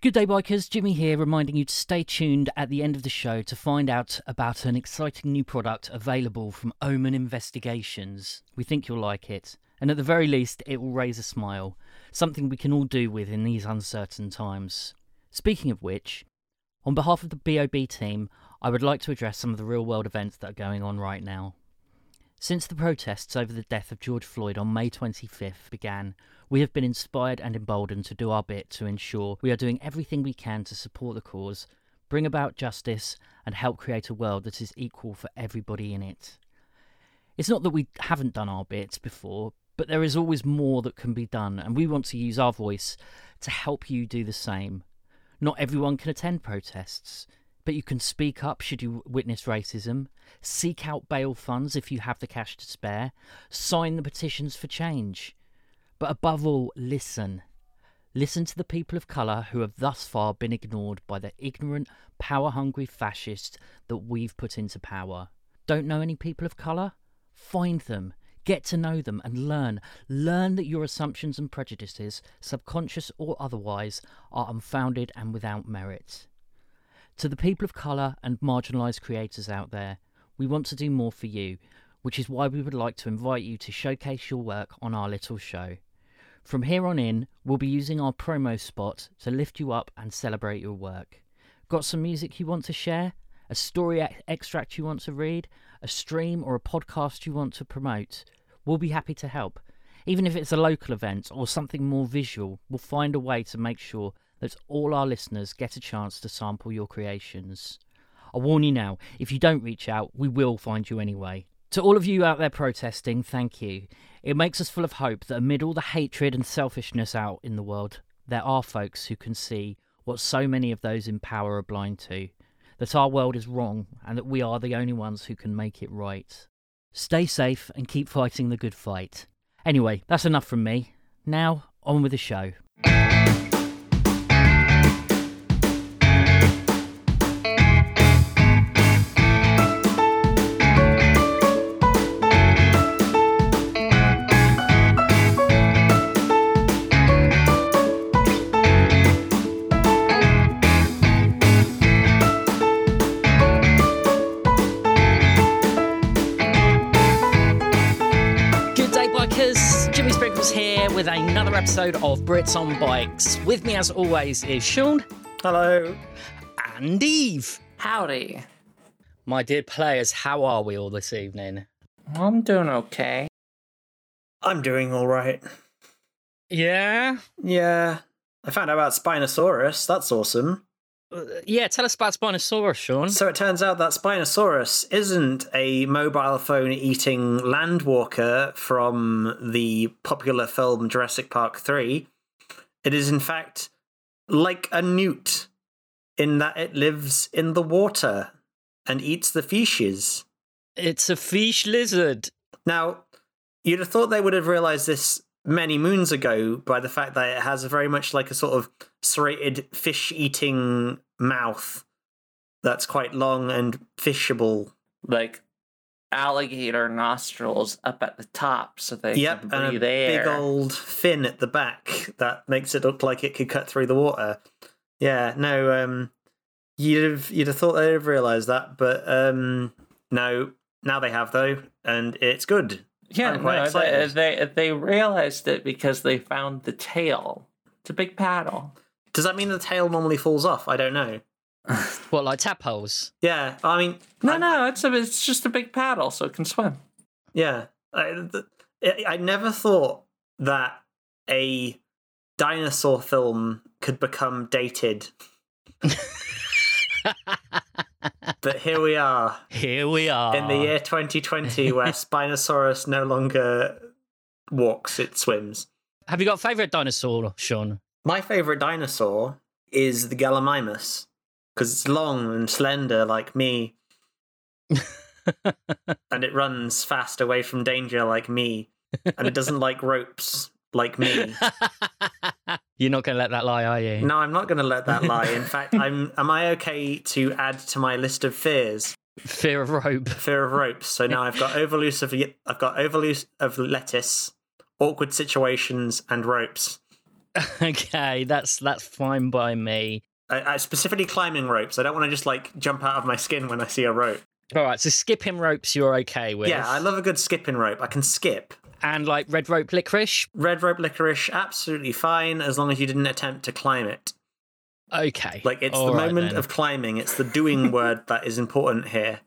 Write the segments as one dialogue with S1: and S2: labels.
S1: Good day, bikers. Jimmy here, reminding you to stay tuned at the end of the show to find out about an exciting new product available from Omen Investigations. We think you'll like it, and at the very least, it will raise a smile, something we can all do with in these uncertain times. Speaking of which, on behalf of the BOB team, I would like to address some of the real world events that are going on right now. Since the protests over the death of George Floyd on May 25th began, we have been inspired and emboldened to do our bit to ensure we are doing everything we can to support the cause, bring about justice, and help create a world that is equal for everybody in it. It's not that we haven't done our bits before, but there is always more that can be done, and we want to use our voice to help you do the same. Not everyone can attend protests, but you can speak up should you witness racism, seek out bail funds if you have the cash to spare, sign the petitions for change. But above all, listen. Listen to the people of colour who have thus far been ignored by the ignorant, power hungry fascists that we've put into power. Don't know any people of colour? Find them, get to know them, and learn. Learn that your assumptions and prejudices, subconscious or otherwise, are unfounded and without merit. To the people of colour and marginalised creators out there, we want to do more for you, which is why we would like to invite you to showcase your work on our little show. From here on in, we'll be using our promo spot to lift you up and celebrate your work. Got some music you want to share? A story ex- extract you want to read? A stream or a podcast you want to promote? We'll be happy to help. Even if it's a local event or something more visual, we'll find a way to make sure that all our listeners get a chance to sample your creations. I warn you now, if you don't reach out, we will find you anyway. To all of you out there protesting, thank you. It makes us full of hope that amid all the hatred and selfishness out in the world, there are folks who can see what so many of those in power are blind to that our world is wrong and that we are the only ones who can make it right. Stay safe and keep fighting the good fight. Anyway, that's enough from me. Now, on with the show. Good day, bikers. Jimmy Sprinkles here with another episode of Brits on Bikes. With me, as always, is Sean
S2: Hello.
S1: and Eve.
S3: Howdy.
S1: My dear players, how are we all this evening?
S3: I'm doing okay.
S2: I'm doing all right.
S1: Yeah.
S2: Yeah. I found out about Spinosaurus. That's awesome.
S1: Yeah, tell us about Spinosaurus, Sean.
S2: So it turns out that Spinosaurus isn't a mobile phone eating landwalker from the popular film Jurassic Park 3. It is, in fact, like a newt in that it lives in the water and eats the fishes.
S1: It's a fish lizard.
S2: Now, you'd have thought they would have realized this many moons ago by the fact that it has a very much like a sort of serrated fish eating mouth that's quite long and fishable.
S3: Like alligator nostrils up at the top so they
S2: yep,
S3: can
S2: and a
S3: breathe air.
S2: big old fin at the back that makes it look like it could cut through the water. Yeah, no, um you'd have you'd have thought they'd have realized that, but um no, now they have though, and it's good.
S3: yeah,
S2: I'm quite
S3: no, they,
S2: excited.
S3: they they realized it because they found the tail. It's a big paddle.
S2: Does that mean the tail normally falls off? I don't know.
S1: What, like tadpoles?
S2: Yeah, I mean,
S3: No,
S2: I'm-
S3: no, it's a, it's just a big paddle, so it can swim.
S2: Yeah, I, th- I- I never thought that a dinosaur film could become dated, but here we are
S1: Here we are.
S2: in the year 2020, where Spinosaurus no longer walks; it swims.
S1: Have you got a favourite dinosaur, Sean?
S2: My favorite dinosaur is the Gallimimus because it's long and slender like me, and it runs fast away from danger like me, and it doesn't like ropes like me.
S1: You're not going to let that lie, are you?
S2: No, I'm not going to let that lie. In fact, I'm. Am I okay to add to my list of fears?
S1: Fear of rope.
S2: Fear of ropes. So now I've got overloose of. I've got overloose of lettuce, awkward situations, and ropes.
S1: okay, that's that's fine by me.
S2: I, I specifically climbing ropes. I don't want to just like jump out of my skin when I see a rope.
S1: All right, so skipping ropes you're okay with.
S2: Yeah, I love a good skipping rope. I can skip.
S1: and like red rope licorice.
S2: Red rope licorice, absolutely fine, as long as you didn't attempt to climb it.
S1: Okay,
S2: Like it's
S1: All
S2: the
S1: right
S2: moment
S1: then.
S2: of climbing. It's the doing word that is important here.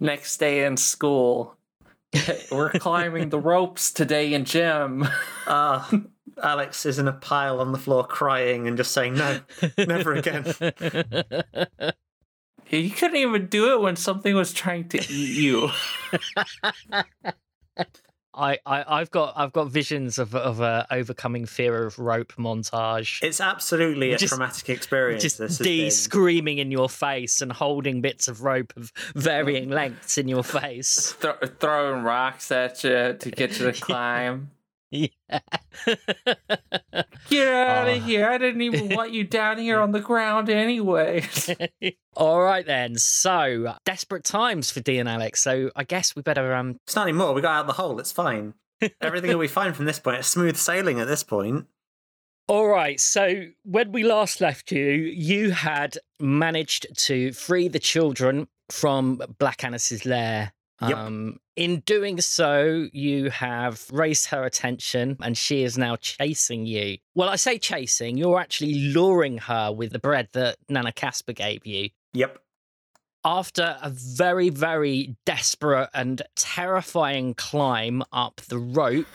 S3: Next day in school. We're climbing the ropes today in gym.
S2: Ah, Alex is in a pile on the floor crying and just saying no. Never again.
S3: You couldn't even do it when something was trying to eat you.
S1: I, I I've got I've got visions of of a overcoming fear of rope montage.
S2: It's absolutely a
S1: Just-
S2: traumatic experience. this
S1: just
S2: has been.
S1: D screaming in your face and holding bits of rope of varying lengths in your face.
S3: Thro throwing rocks at you to get you to climb.
S1: Yeah.
S3: Get out
S1: Ah.
S3: of here. I didn't even want you down here on the ground anyway.
S1: All right then. So desperate times for D and Alex. So I guess we better um.
S2: It's not anymore. We got out of the hole. It's fine. Everything will be fine from this point. It's smooth sailing at this point.
S1: All right. So when we last left you, you had managed to free the children from Black Annis's lair.
S2: Yep.
S1: Um, in doing so, you have raised her attention and she is now chasing you. Well, I say chasing, you're actually luring her with the bread that Nana Casper gave you.
S2: Yep.
S1: After a very, very desperate and terrifying climb up the rope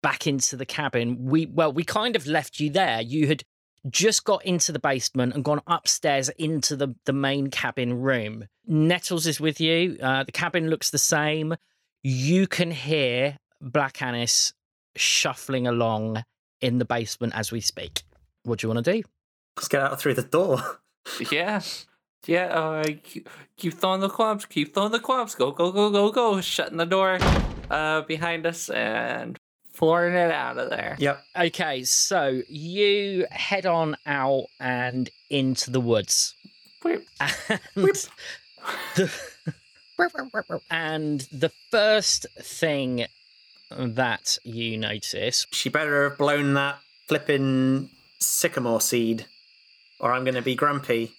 S1: back into the cabin, we, well, we kind of left you there. You had just got into the basement and gone upstairs into the, the main cabin room. Nettles is with you. Uh, the cabin looks the same. You can hear Black Annis shuffling along in the basement as we speak. What do you want to do?
S2: Let's get out through the door.
S3: yeah. Yeah, uh, keep, keep throwing the clubs, keep throwing the clubs. Go, go, go, go, go. Shutting the door uh, behind us and flooring it out of there.
S2: Yep.
S1: Okay, so you head on out and into the woods.
S3: Whip.
S1: And the, and the first thing that you notice
S2: She better have blown that flipping sycamore seed, or I'm going to be grumpy.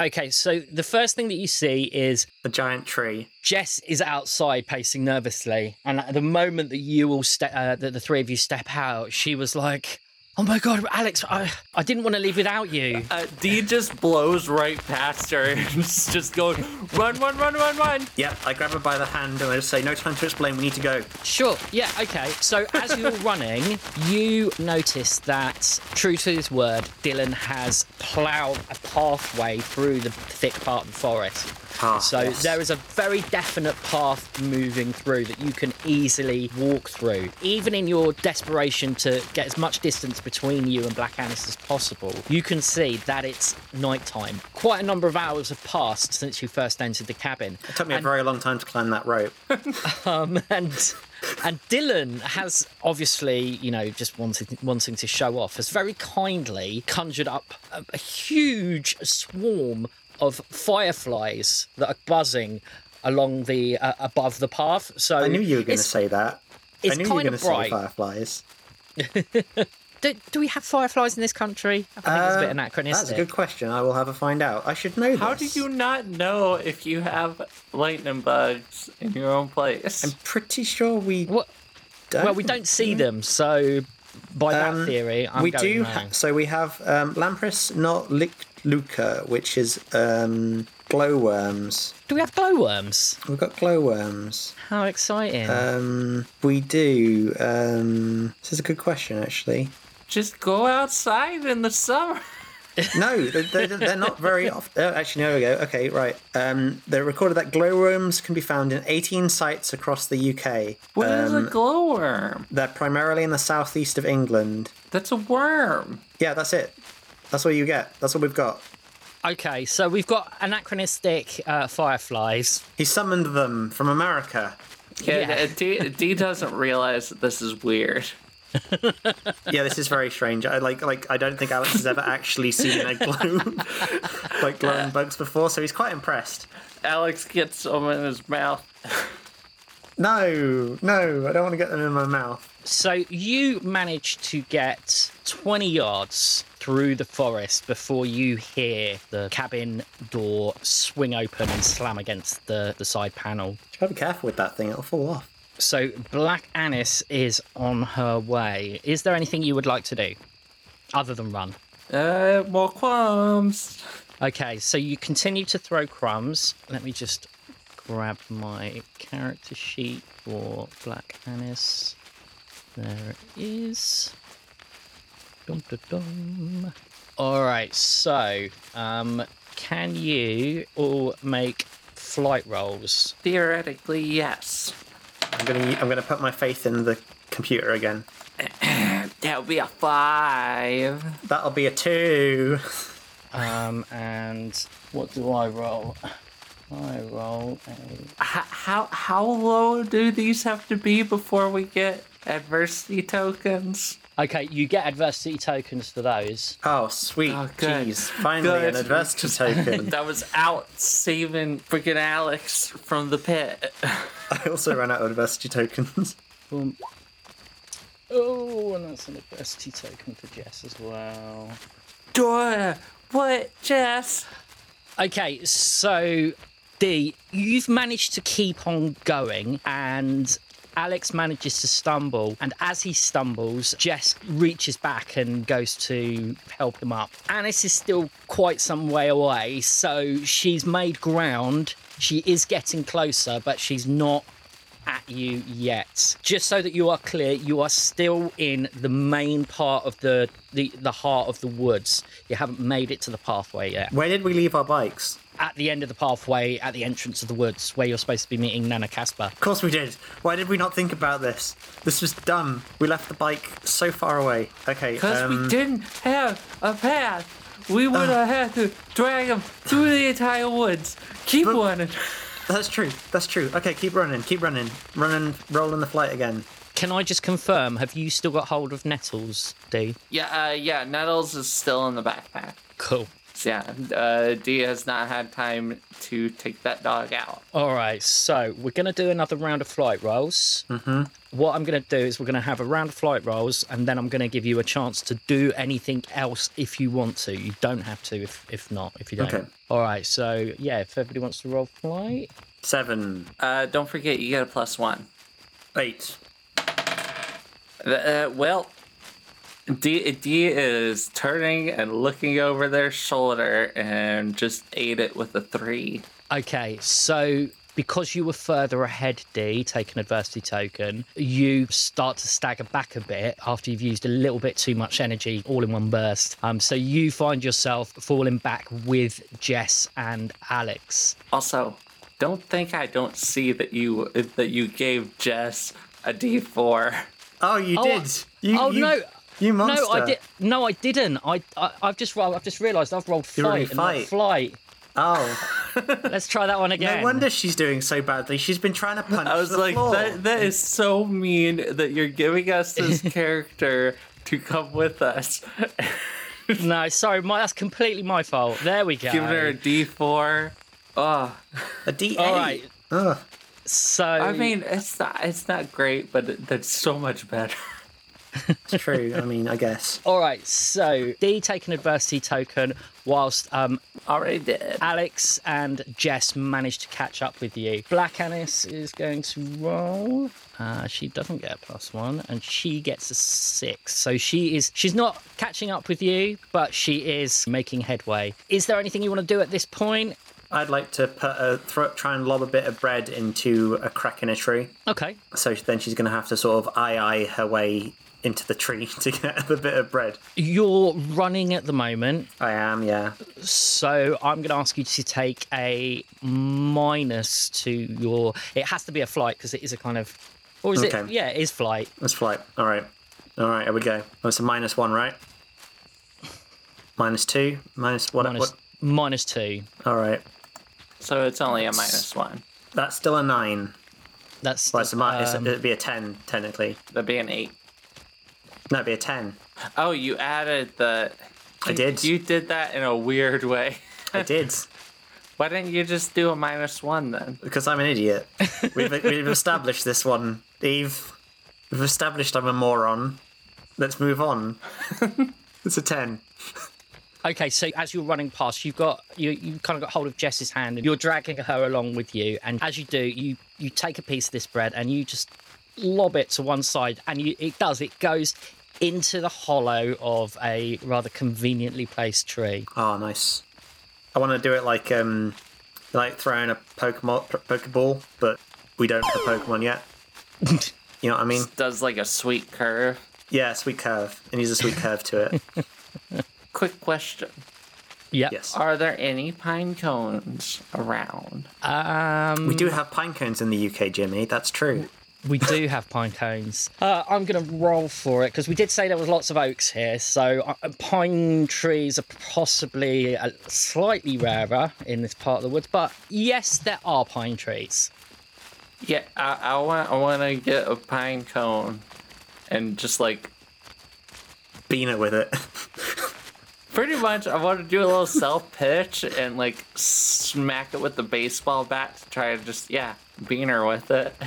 S1: okay, so the first thing that you see is
S2: A giant tree.
S1: Jess is outside pacing nervously, and at the moment that you all step, uh, that the three of you step out, she was like, "Oh my god, Alex, I, I didn't want to leave without you."
S3: Uh, D just blows right past her and just goes, run, run, run, run, run.
S2: Yep. I grab her by the hand and I just say, "No time to explain. We need to go."
S1: Sure. Yeah. Okay. So as you're running, you notice that, true to his word, Dylan has ploughed a pathway through the thick part of the forest.
S2: Ah,
S1: So
S2: yes.
S1: there is a very definite path moving through that you can easily walk through. Even in your desperation to get as much distance between you and Black Annis as possible, you can see that it's nighttime. Quite a number of hours have passed since you first entered the cabin.
S2: It took me a very long time to climb that rope.
S1: Um, and and Dylan has obviously, you know, just wanting wanting to show off, has very kindly conjured up a, a huge swarm of fireflies that are buzzing along the uh, above the path. So
S2: I knew you were going to
S1: it's-
S2: say that. I
S1: it's
S2: knew you were
S1: kind
S2: going to
S1: of
S2: say
S1: bright.
S2: fireflies.
S1: Do, do we have fireflies in this country? I think it's a bit
S2: Uh, That's a
S1: anachronistic.
S2: good question. I will have a find out. I should know
S3: How do
S2: this.
S3: you not know if you have lightning bugs in your own place?
S2: Pretty sure we
S1: What?
S2: don't.
S1: Well, we don't see them, so by that
S2: Um,
S1: theory, I'm
S2: we
S1: going
S2: do.
S1: no.
S2: Ha- so we have um, Lampris not Luca, which is um, glowworms.
S1: do we have glowworms?
S2: We've got glowworms.
S1: How exciting!
S2: Um, we do. Um, this is a good question, actually.
S3: Just go outside in the summer.
S2: No, they- they- they're, not very often. Oh, actually, no, there we go. Okay, right. Um, they recorded that glowworms can be found in 18 sites across the UK.
S3: What is a glowworm?
S2: They're primarily in the southeast of England.
S3: That's a worm.
S2: Yeah, that's it. That's all you get. That's all we've got.
S1: Okay, so we've got anachronistic uh, fireflies.
S2: He summoned them from America.
S3: Yeah,
S1: Yeah.
S3: D, D doesn't realize that this is weird.
S2: Yeah, this is very strange. I like like I don't think Alex has ever actually seen a glow like glowing bugs before, so he's quite impressed.
S3: Alex gets some in his mouth.
S2: No, no, I don't want to get them in my mouth.
S1: So you manage to get 20 yards through the forest before you hear the cabin door swing open and slam against the, the side panel.
S2: Gotta be careful with that thing, it'll fall off.
S1: So Black Anis is on her way. Is there anything you would like to do other than run?
S3: Uh, more qualms.
S1: Okay, so you continue to throw crumbs. Let me just grab my character sheet for Black Anis. There it is. Dum, dum, dum. All right, so um, can you all make flight rolls?
S3: Theoretically, yes.
S2: I'm gonna I'm gonna put my faith in the computer again.
S3: That'll be a five.
S2: That'll be a two.
S1: Um, and what do I roll? I roll a.
S3: H- how how low do these have to be before we get adversity tokens?
S1: Okay, you get adversity tokens for those.
S2: Oh sweet.
S3: Oh, good.
S2: Jeez. Finally
S3: Good.
S2: an adversity token.
S3: That was out saving freaking Alex from the pit.
S2: I also ran out of adversity tokens.
S1: Boom. Oh, and that's an adversity token for Jess as well.
S3: Dora, what, Jess?
S1: Okay, so D, you've managed to keep on going, and Alex manages to stumble. And as he stumbles, Jess reaches back and goes to help him up. Anis is still quite some way away, so she's made ground. She is getting closer, but she's not at you yet. Just so that you are clear, you are still in the main part of the the, the heart of the woods. You haven't made it to the pathway yet
S2: Where did we leave our bikes?
S1: at the end of the pathway at the entrance of the woods where you're supposed to be meeting Nana Casper.
S2: Of course we did. Why did we not think about this? This was dumb. We left the bike so far away. Okay.
S3: Because we
S2: Um,
S3: didn't have a path. We would have had to drag him through the entire woods. Keep running.
S2: that's true. That's true. Okay, keep running. Keep running. Running. Rolling the flight again.
S1: Can I just confirm, have you still got hold of Nettles, D?
S3: Yeah, uh, yeah, Nettles is still in the backpack.
S1: Cool.
S3: So, yeah, uh, D has not had time to take that dog out.
S1: All right, so we're going to do another round of flight rolls. Mm-hmm. What I'm going to do is we're going to have a round of flight rolls and then I'm going to give you a chance to do anything else if you want to. You don't have to if, if not, if you don't.
S2: Okay.
S1: All right, so yeah, if everybody wants to roll flight.
S2: Seven.
S3: Uh, don't forget, you get a plus one.
S2: Eight.
S3: Uh, well, D, D is turning and looking over their shoulder and just ate it with a three.
S1: Okay, so because you were further ahead, D, take an adversity token, you start to stagger back a bit after you've used a little bit too much energy all in one burst. Um, so you find yourself falling back with Jess and Alex.
S3: Also, don't think I don't see that you that you gave Jess a D four.
S2: Oh, you
S1: Oh,
S2: did. You,
S1: oh,
S2: you,
S1: no.
S2: You monster.
S1: No, I did. No, I didn't. I, I I've just rolled. I've just realised I've rolled
S2: You
S1: fight,
S2: rolled
S1: and not
S2: fight.
S1: flight.
S2: Oh,
S1: Let's try that one again.
S2: no wonder she's doing so badly. She's been trying to punch.
S3: I was
S2: the
S3: like,
S2: floor.
S3: that, that is so mean that you're giving us this character to come with us.
S1: No, sorry, my, that's completely my fault. There we go.
S3: Giving her a D four. Oh,
S2: a D8.
S1: All right.
S2: Ugh.
S1: So
S3: I mean, it's not it's not great, but it, that's so much better.
S2: It's true. I mean, I guess.
S1: All right, so D take an adversity token, whilst um,
S3: Already did.
S1: Alex and Jess manage to catch up with you. Black Anis is going to roll. Uh, she doesn't get a plus one, and she gets a six. So she is she's not catching up with you, but she is making headway. Is there anything you want to do at this point?
S2: I'd like to put a thro- try and lob a bit of bread into a crack in a tree.
S1: Okay.
S2: So then she's going to have to sort of eye eye her way into the tree to get the bit of bread.
S1: You're running at the moment,
S2: I am, yeah.
S1: so I'm going to ask you to take a minus to your. It has to be a flight because it is a kind of. Or is it?
S2: Okay.
S1: Yeah, it is flight.
S2: Let's fly. All right. All right, here we go. Oh, it's a minus one, right? Minus two, minus what?
S1: Minus,
S2: what?
S1: minus two.
S2: All right.
S3: So it's only a minus one.
S2: That's still a nine.
S1: That's
S2: Well, it's a, mi- it's a-
S1: um,
S2: it'd be a ten, technically.
S3: That'd be an eight.
S2: No, it'd be a ten.
S3: Oh, you added the.
S2: I did.
S3: You did that in a weird way.
S2: I did.
S3: Why didn't you just do a minus one then?
S2: Because I'm an idiot. We've, we've established this one, Eve. We've established I'm a moron. Let's move on. it's a 10.
S1: uh, Okay, so as you're running past, you've got you you kind of got hold of Jess's hand, and you're dragging her along with you. And as you do, you you take a piece of this bread and you just lob it to one side, and you, it does. It goes into the hollow of a rather conveniently placed tree.
S2: Oh, nice. I want to do it like um, like throwing a Pokemon Pokeball, but we don't have a Pokemon yet. You know what I mean?
S3: Does like a sweet curve.
S2: Yeah, sweet curve. It needs a sweet curve to it.
S3: Quick question:
S1: Yep.
S2: Yes.
S3: Are there any pine cones around?
S1: Um,
S2: We do have pine cones in the UK, Jimmy. That's true.
S1: we do have pine cones. Uh, I'm going to roll for it because we did say there was lots of oaks here, so uh, pine trees are possibly uh slightly rarer in this part of the woods. But yes, there are pine trees.
S3: Yeah, I, I want I want to get a pine cone, and just like
S2: Bean it with it.
S3: pretty much, I want to do a little self pitch and like smack it with the baseball bat to try to just yeah beaner with it.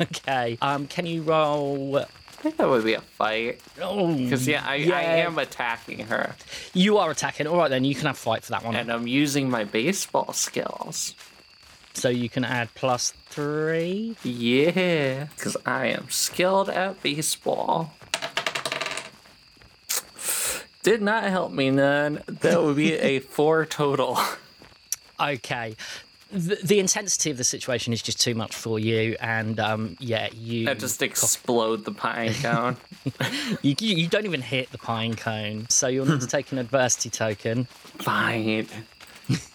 S1: Okay. Um, can you roll?
S3: I think that would be a fight
S1: Oh,
S3: because yeah, I, I am attacking her
S1: You are attacking. All right, then you can have fight for that one.
S3: and I'm using my baseball skills.
S1: So you can add plus three.
S3: Yeah, because I am skilled at baseball. Did not help me none. That would be a four total.
S1: Okay. The, the intensity of the situation is just too much for you, and um, yeah, you
S3: I just explode the pine cone.
S1: you you you don't even hit the pine cone, so you'll need to take an adversity token.
S3: Fine.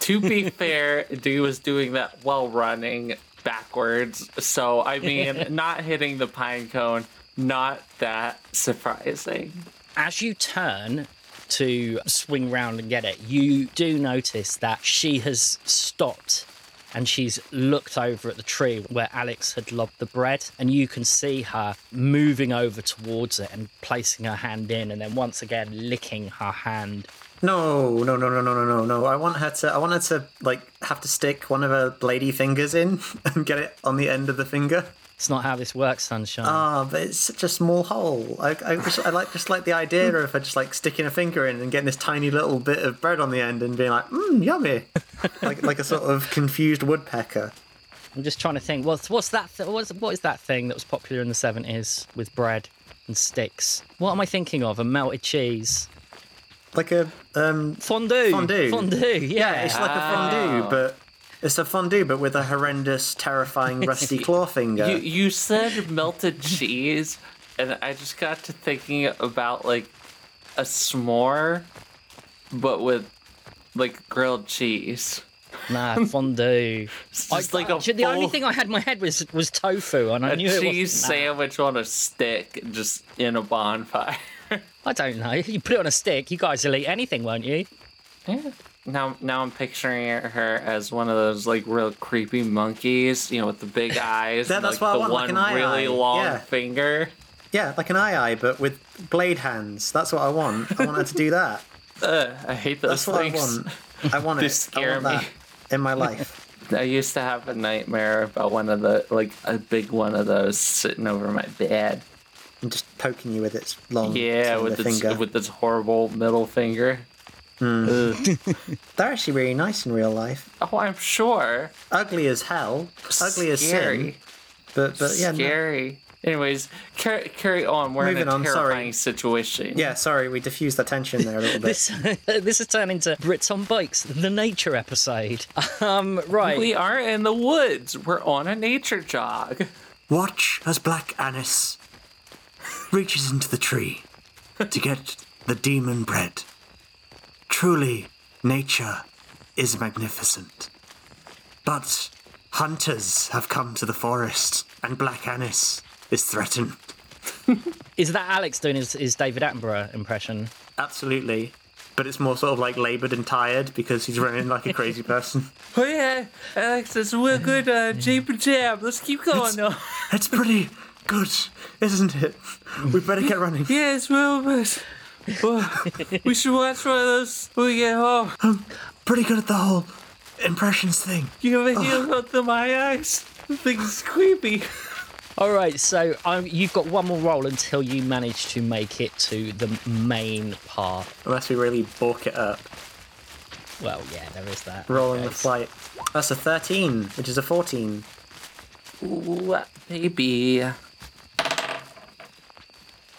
S3: To be fair, Dee was doing that while running backwards. So, I mean, not hitting the pine cone, not that surprising.
S1: As you turn to swing round and get it, you do notice that she has stopped and she's looked over at the tree where Alex had lobbed the bread, and you can see her moving over towards it and placing her hand in, and then once again licking her hand.
S2: No, no, no, no, no, no, no, no. I want her to. I want her to like have to stick one of her lady fingers in and get it on the end of the finger.
S1: It's not how this works, Sunshine.
S2: Ah, but it's such a small hole. I, I, just, I like just like the idea of her just like sticking a finger in and getting this tiny little bit of bread on the end and being like, mmm, yummy, like like a sort of confused woodpecker.
S1: I'm just trying to think. What's what's that? Th- what's what is that thing that was popular in the seventies with bread and sticks? What am I thinking of? A melted cheese
S2: Like a um,
S1: fondue.
S2: Fondue.
S1: Fondue. Yeah.
S2: it's like a fondue, but it's a fondue, but with a horrendous, terrifying rusty claw finger.
S3: You, you said melted cheese, and I just got to thinking about like a s'more, but with like grilled cheese.
S1: nah, fondue.
S3: It's
S1: I-
S3: just like a
S1: the only
S3: full-
S1: thing I had in my head was was tofu, and I
S3: a
S1: knew it
S3: cheese
S1: was.
S3: sandwich on a stick, just in a bonfire.
S1: I don't know. You put it on a stick, you guys will eat anything, won't you?
S3: Now, now I'm picturing her as one of those like real creepy monkeys, you know, with the big eyes.
S2: That-
S3: and,
S2: that's
S3: like,
S2: what I
S3: the
S2: want, like
S3: one
S2: an eye
S3: really
S2: eye.
S3: long
S2: Yeah.
S3: finger.
S2: Yeah, like an eye eye, but with blade hands. That's what I want. I want her to do that.
S3: Ugh, I hate those
S2: That's what I
S3: things.
S2: want. I want
S3: They
S2: it.
S3: scare
S2: I want
S3: me.
S2: that in my life.
S3: I used to have a nightmare about one of the like a big one of those sitting over my bed.
S2: And just poking you with its long
S3: Yeah,
S2: slender
S3: with its
S2: finger. Hmm.
S3: with its horrible middle finger. Ugh.
S2: They're actually really nice in real life.
S3: oh, I'm sure.
S2: Ugly as hell. Ugly as sin.
S3: Scary.
S2: But but yeah, no-
S3: Scary. Anyways, carry, carry on. We're in
S2: Moving
S3: a
S2: on, sorry.
S3: terrifying situation.
S2: yeah. Sorry, we diffused the tension there a little bit.
S1: This this has turned into Brits on Bikes, the nature episode. Um, right.
S3: We are in the woods. We're on a nature jog.
S2: Watch as Black Anise reaches into the tree to get the demon bread. Truly, nature is magnificent. But hunters have come to the forest, and Black Anise is threatened.
S1: Is that Alex doing his, his David Attenborough impression?
S2: Absolutely. But it's more sort of like laboured and tired because he's running like a crazy person.
S3: Oh yeah, Alex, it's real
S2: Mm-hmm.
S3: good uh, jab and jab. Let's keep going. though.
S2: It's pretty good, isn't it? We better get running.
S3: yeah, it's real good. Whoa. Oh, we should watch one of those when we get home.
S2: Pretty good at the whole impressions thing.
S3: You ever hear about the my eyes? The thing's creepy.
S1: All right, so um, you've got one more roll until you manage to make it to the main part.
S2: Unless we really bulk it up.
S1: Well, yeah, there is that.
S2: Rolling the
S1: Okay.
S2: flight. That's a 13, which is a 14.
S3: Ooh, baby.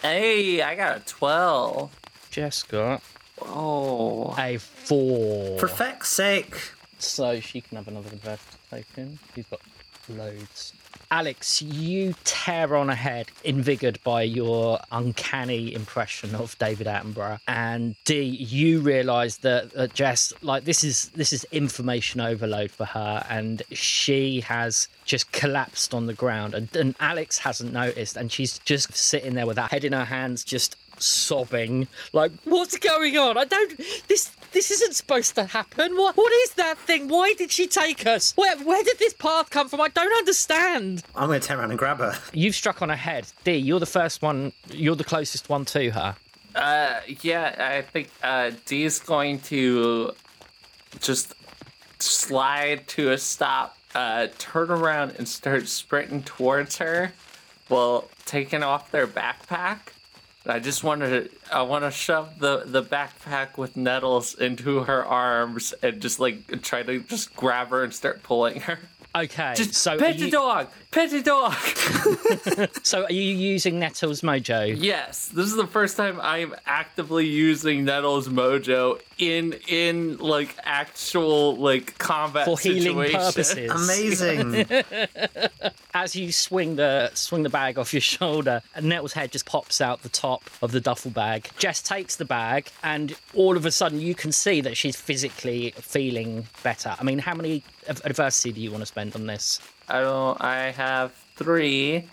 S3: Hey, I got a 12.
S1: Just got
S3: Oh.
S1: a four.
S2: For feck's sake.
S1: So she can have another converted token. You've got loads. Alex, you tear on ahead, invigored by your uncanny impression of David Attenborough. And D, you realise that, that Jess, like this is this is information overload for her, and she has just collapsed on the ground, and, and Alex hasn't noticed, and she's just sitting there with that head in her hands, just sobbing like what's going on i don't this this isn't supposed to happen what what is that thing why did she take us where where did this path come from i don't understand
S2: I'm going to turn around and grab her.
S1: you've struck on her head d you're the first one you're the closest one to her
S3: Uh, yeah, I think uh, Dee's going to just slide to a stop, uh, turn around, and start sprinting towards her while taking off their backpack. I just want to I want to shove the, the backpack with nettles into her arms and just like try to just grab her and start pulling her.
S1: okay
S3: Just
S1: so are
S3: pet the
S1: you,
S3: dog, pet the dog.
S1: so are you using nettles mojo
S3: Yes, this is the first time I'm actively using Nettle's mojo in in like actual like combat
S1: for healing
S3: situation.
S1: purposes
S2: Amazing.
S1: as you swing the swing the bag off your shoulder, Nettle's head just pops out the top of the duffel bag. Jess takes the bag, and all of a sudden you can see that she's physically feeling better. I mean, how many ad- adversity do you want to spend on this?
S3: I don't. I have three.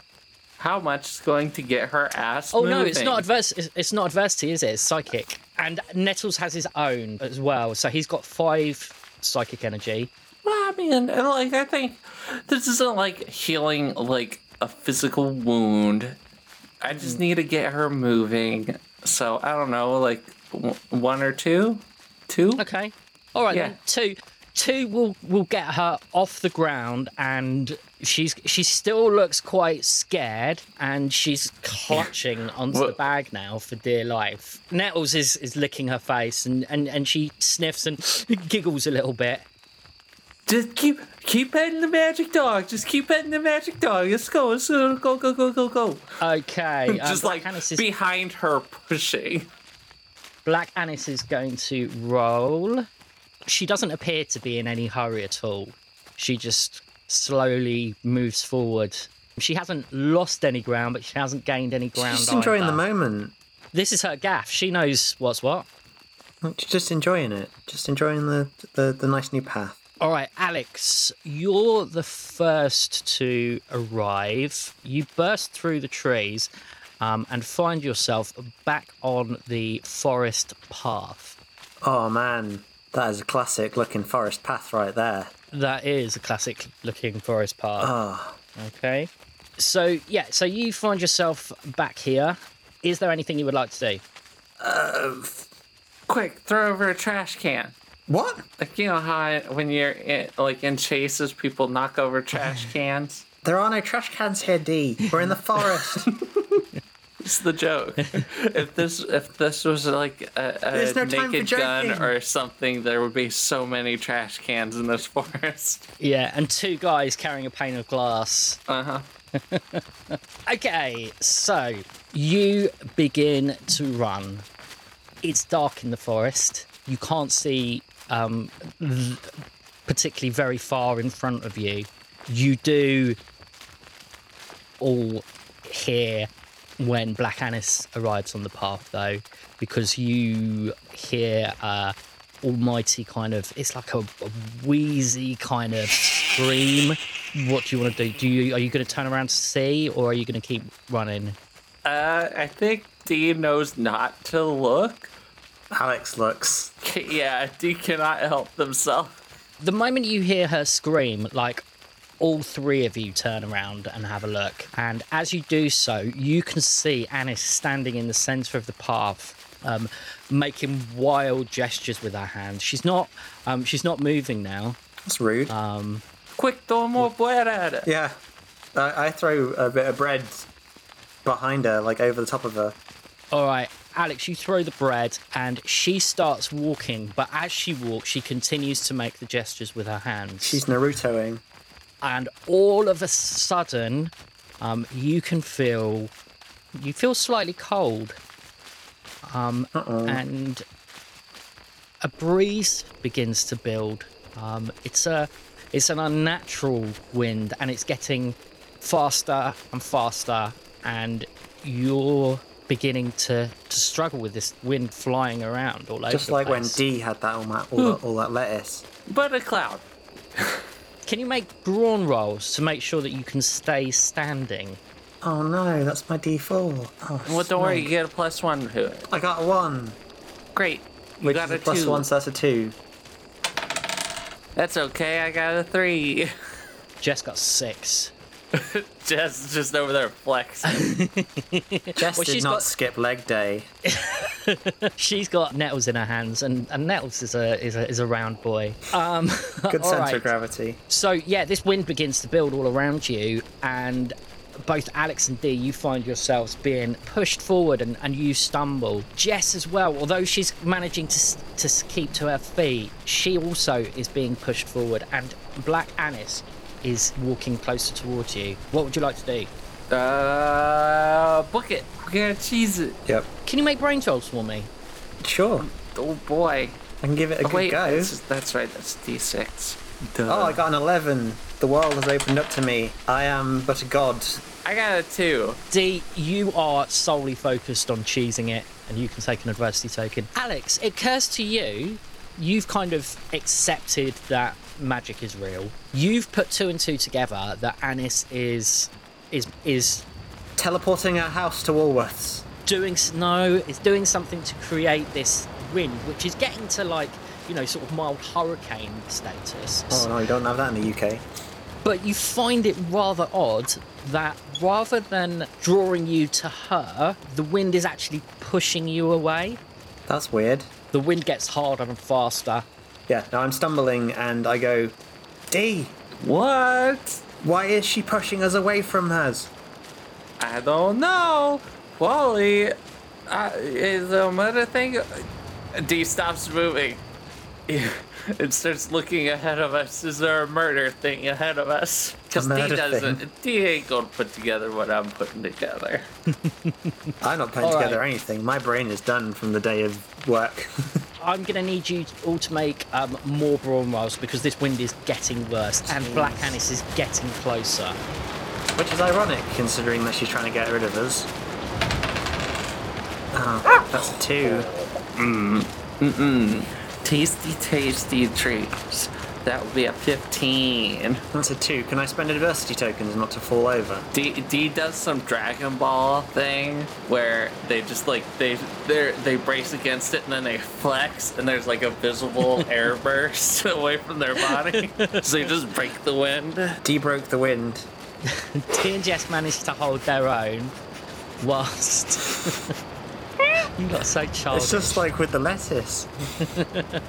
S3: How much is going to get her ass?
S1: Oh no, it's
S3: moving?
S1: not adverse. It's, it's not adversity, is it? It's psychic. And Nettles has his own as well, so he's got five psychic energy.
S3: Well, I mean, and, like I think this isn't like healing like a physical wound. I just
S1: Hmm.
S3: need to get her moving. So I don't know, like w- one or two, two.
S1: Okay. All right
S3: Yeah.
S1: then. Two, two will will get her off the ground, and she's she still looks quite scared, and she's clutching onto the
S3: Well-
S1: bag now for dear life. Nettles is is licking her face, and and and she sniffs and giggles a little bit.
S3: Just keep keep petting the magic dog. Just keep petting the magic dog. Let's go. Let's go. Go go go go go.
S1: Okay. uh,
S3: Just like
S1: Black Annis is,
S3: behind her pushing.
S1: Black Annis is going to roll. She doesn't appear to be in any hurry at all. She just slowly moves forward. She hasn't lost any ground, but she hasn't gained any ground.
S2: She's enjoying the
S1: either.
S2: moment.
S1: This is her gaff. She knows what's what.
S2: She's just enjoying it. Just enjoying the, the, the nice new path.
S1: All right, Alex, you're the first to arrive. You burst through the trees um, and find yourself back on the forest path.
S2: Oh man, that is a classic looking forest path right there.
S1: That is a classic looking forest park. Okay. So, yeah, so you find yourself back here. Is there anything you would like to do?
S3: Quick, throw over a trash can.
S2: What?
S3: Like you know how I, when you're in, like in chases, people knock over trash cans.
S2: There are no trash cans here, D. We're in the forest.
S3: It's the joke. if this if this was like a, a
S2: There's no time for
S3: naked gun
S2: joking.
S3: or something, there would be so many trash cans in this forest.
S1: Yeah, and two guys carrying a pane of glass. Uh huh. okay, so you begin to run. It's dark in the forest. You can't see um, th- particularly very far in front of you. You do all hear when Black Annis arrives on the path, though, because you hear a almighty kind of it's like a, a wheezy kind of scream. What do you want to do? Do you are you going to turn around to see, or are you going to keep running?
S3: Uh, I think Dee knows not to look.
S2: Alex looks.
S3: Yeah, Dee cannot help themselves.
S1: The moment you hear her scream, like all three of you turn around and have a look. And as you do so, you can see Annis standing in the center of the path. Um, making wild gestures with her hands. She's not, um, she's not moving now.
S2: That's rude.
S3: Quick, throw more bread at it.
S2: yeah. I, I throw a bit of bread behind her, like over the top of her.
S1: All right, Alex, you throw the bread and she starts walking, but as she walks, she continues to make the gestures with her hands.
S2: She's Narutoing.
S1: and all of a sudden, um, you can feel you feel slightly cold, um, and a breeze begins to build. Um, it's a it's an unnatural wind, and it's getting faster and faster, and you're beginning to, to struggle with this wind flying around all over.
S2: Just
S1: the
S2: like when
S1: place.
S2: D had that all that all, that all that lettuce.
S3: But a cloud.
S1: Can you make brawn rolls to make sure that you can stay standing?
S2: Oh no, that's my D four. Oh,
S3: Well, don't worry,
S2: snake.
S3: you get a plus one to it.
S2: I got a one,
S3: Great. You
S2: which
S3: got
S2: is a
S3: a
S2: plus
S3: two.
S2: one, so that's a two.
S3: That's okay. I got a three.
S1: Jess got six.
S3: Jess just over there flex.
S2: Jess
S1: Well,
S2: did
S1: she's
S2: not
S1: got-
S2: skip leg day.
S1: She's got nettles in her hands, and, and nettles is a is a is a round boy. Um,
S2: Good
S1: all
S2: center
S1: right.
S2: of gravity.
S1: So yeah, this wind begins to build all around you, and both Alex and Dee, you find yourselves being pushed forward, and, and you stumble. Jess as well, although she's managing to s- to s- keep to her feet, she also is being pushed forward, and Black Anis is walking closer towards you. What would you like to do?
S3: uh, book it. We're gonna cheese it.
S2: Yep.
S1: Can you make brain rolls for me?
S2: Sure.
S3: Oh boy.
S2: I can give it a good
S3: Oh, Wait,
S2: go.
S3: that's, that's right. That's D6. Duh.
S2: Oh, I got an eleven. The world has opened up to me. I am but a god.
S3: I got a two.
S1: D, you are solely focused on cheesing it, and you can take an adversity token. Alex, it occurs to you, you've kind of accepted that magic is real. You've put two and two together that Anis is is is
S2: Teleporting our house to Woolworths.
S1: doing s- no, is doing something to create this wind, which is getting to like you know sort of mild hurricane status.
S2: Oh no, you don't have that in the UK.
S1: But you find it rather odd that rather than drawing you to her, the wind is actually pushing you away.
S2: That's weird.
S1: The wind gets harder and faster.
S2: Yeah. Now I'm stumbling and I go, D.
S3: What?
S2: Why is she pushing us away from us?
S3: I don't know. Wally uh, is another thing. D stops moving. It starts looking ahead of us. Is there a murder thing ahead of us? Because D
S2: murder
S3: doesn't.
S2: thing.
S3: D ain't gonna put together what I'm putting together.
S2: I'm not putting
S1: All
S2: together
S1: right.
S2: anything. My brain is done from the day of work.
S1: I'm going to need you all to make um, more brawn rolls because this wind is getting worse and Black Anis is getting closer.
S2: Which is ironic, considering that she's trying to get rid of us. Oh, that's a two.
S3: Tasty, tasty treats. That would be a 15.
S2: That's a two. Can I spend adversity tokens not to fall over?
S3: D, D does some Dragon Ball thing where they just like they they they brace against it and then they flex and there's like a visible air burst away from their body, so they just break the wind.
S2: D broke the wind.
S1: T and Jess managed to hold their own whilst. you got so childish.
S2: It's just like with the lettuce.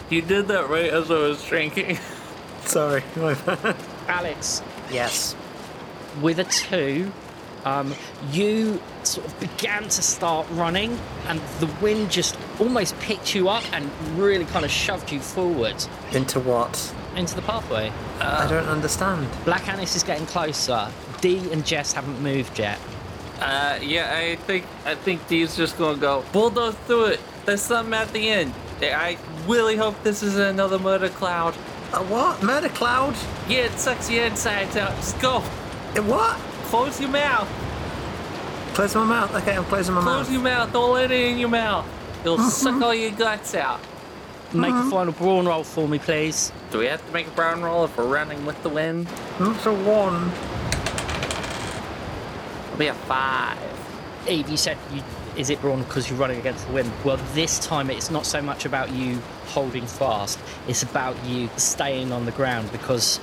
S3: You did that right as I was drinking.
S2: Sorry.
S1: Alex,
S2: yes.
S1: with a two, um, you sort of began to start running, and the wind just almost picked you up and really kind of shoved you forward
S2: Into what?
S1: into the pathway.
S2: I don't understand.
S1: Black Anis is getting closer. Dee and Jess haven't moved yet.
S3: Uh, yeah, I think I think D's just gonna go bulldoze through it. There's something at the end. I really hope this is another murder cloud.
S2: A what? Murder cloud?
S3: Yeah, it sucks your insides out. Just go.
S2: A what?
S3: Close your mouth.
S2: Close my mouth. Okay, I'm closing my
S3: Close
S2: mouth.
S3: your mouth. Don't let it in your mouth. It'll
S2: Uh-huh.
S3: suck all your guts out.
S1: Make a final brawn roll for me, please.
S3: Do we have to make a brown roll if we're running with the wind?
S2: That's a one.
S3: It'll be a five.
S1: Eve, you said you. Is it brawn because you're running against the wind? Well, this time it's not so much about you holding fast, it's about you staying on the ground because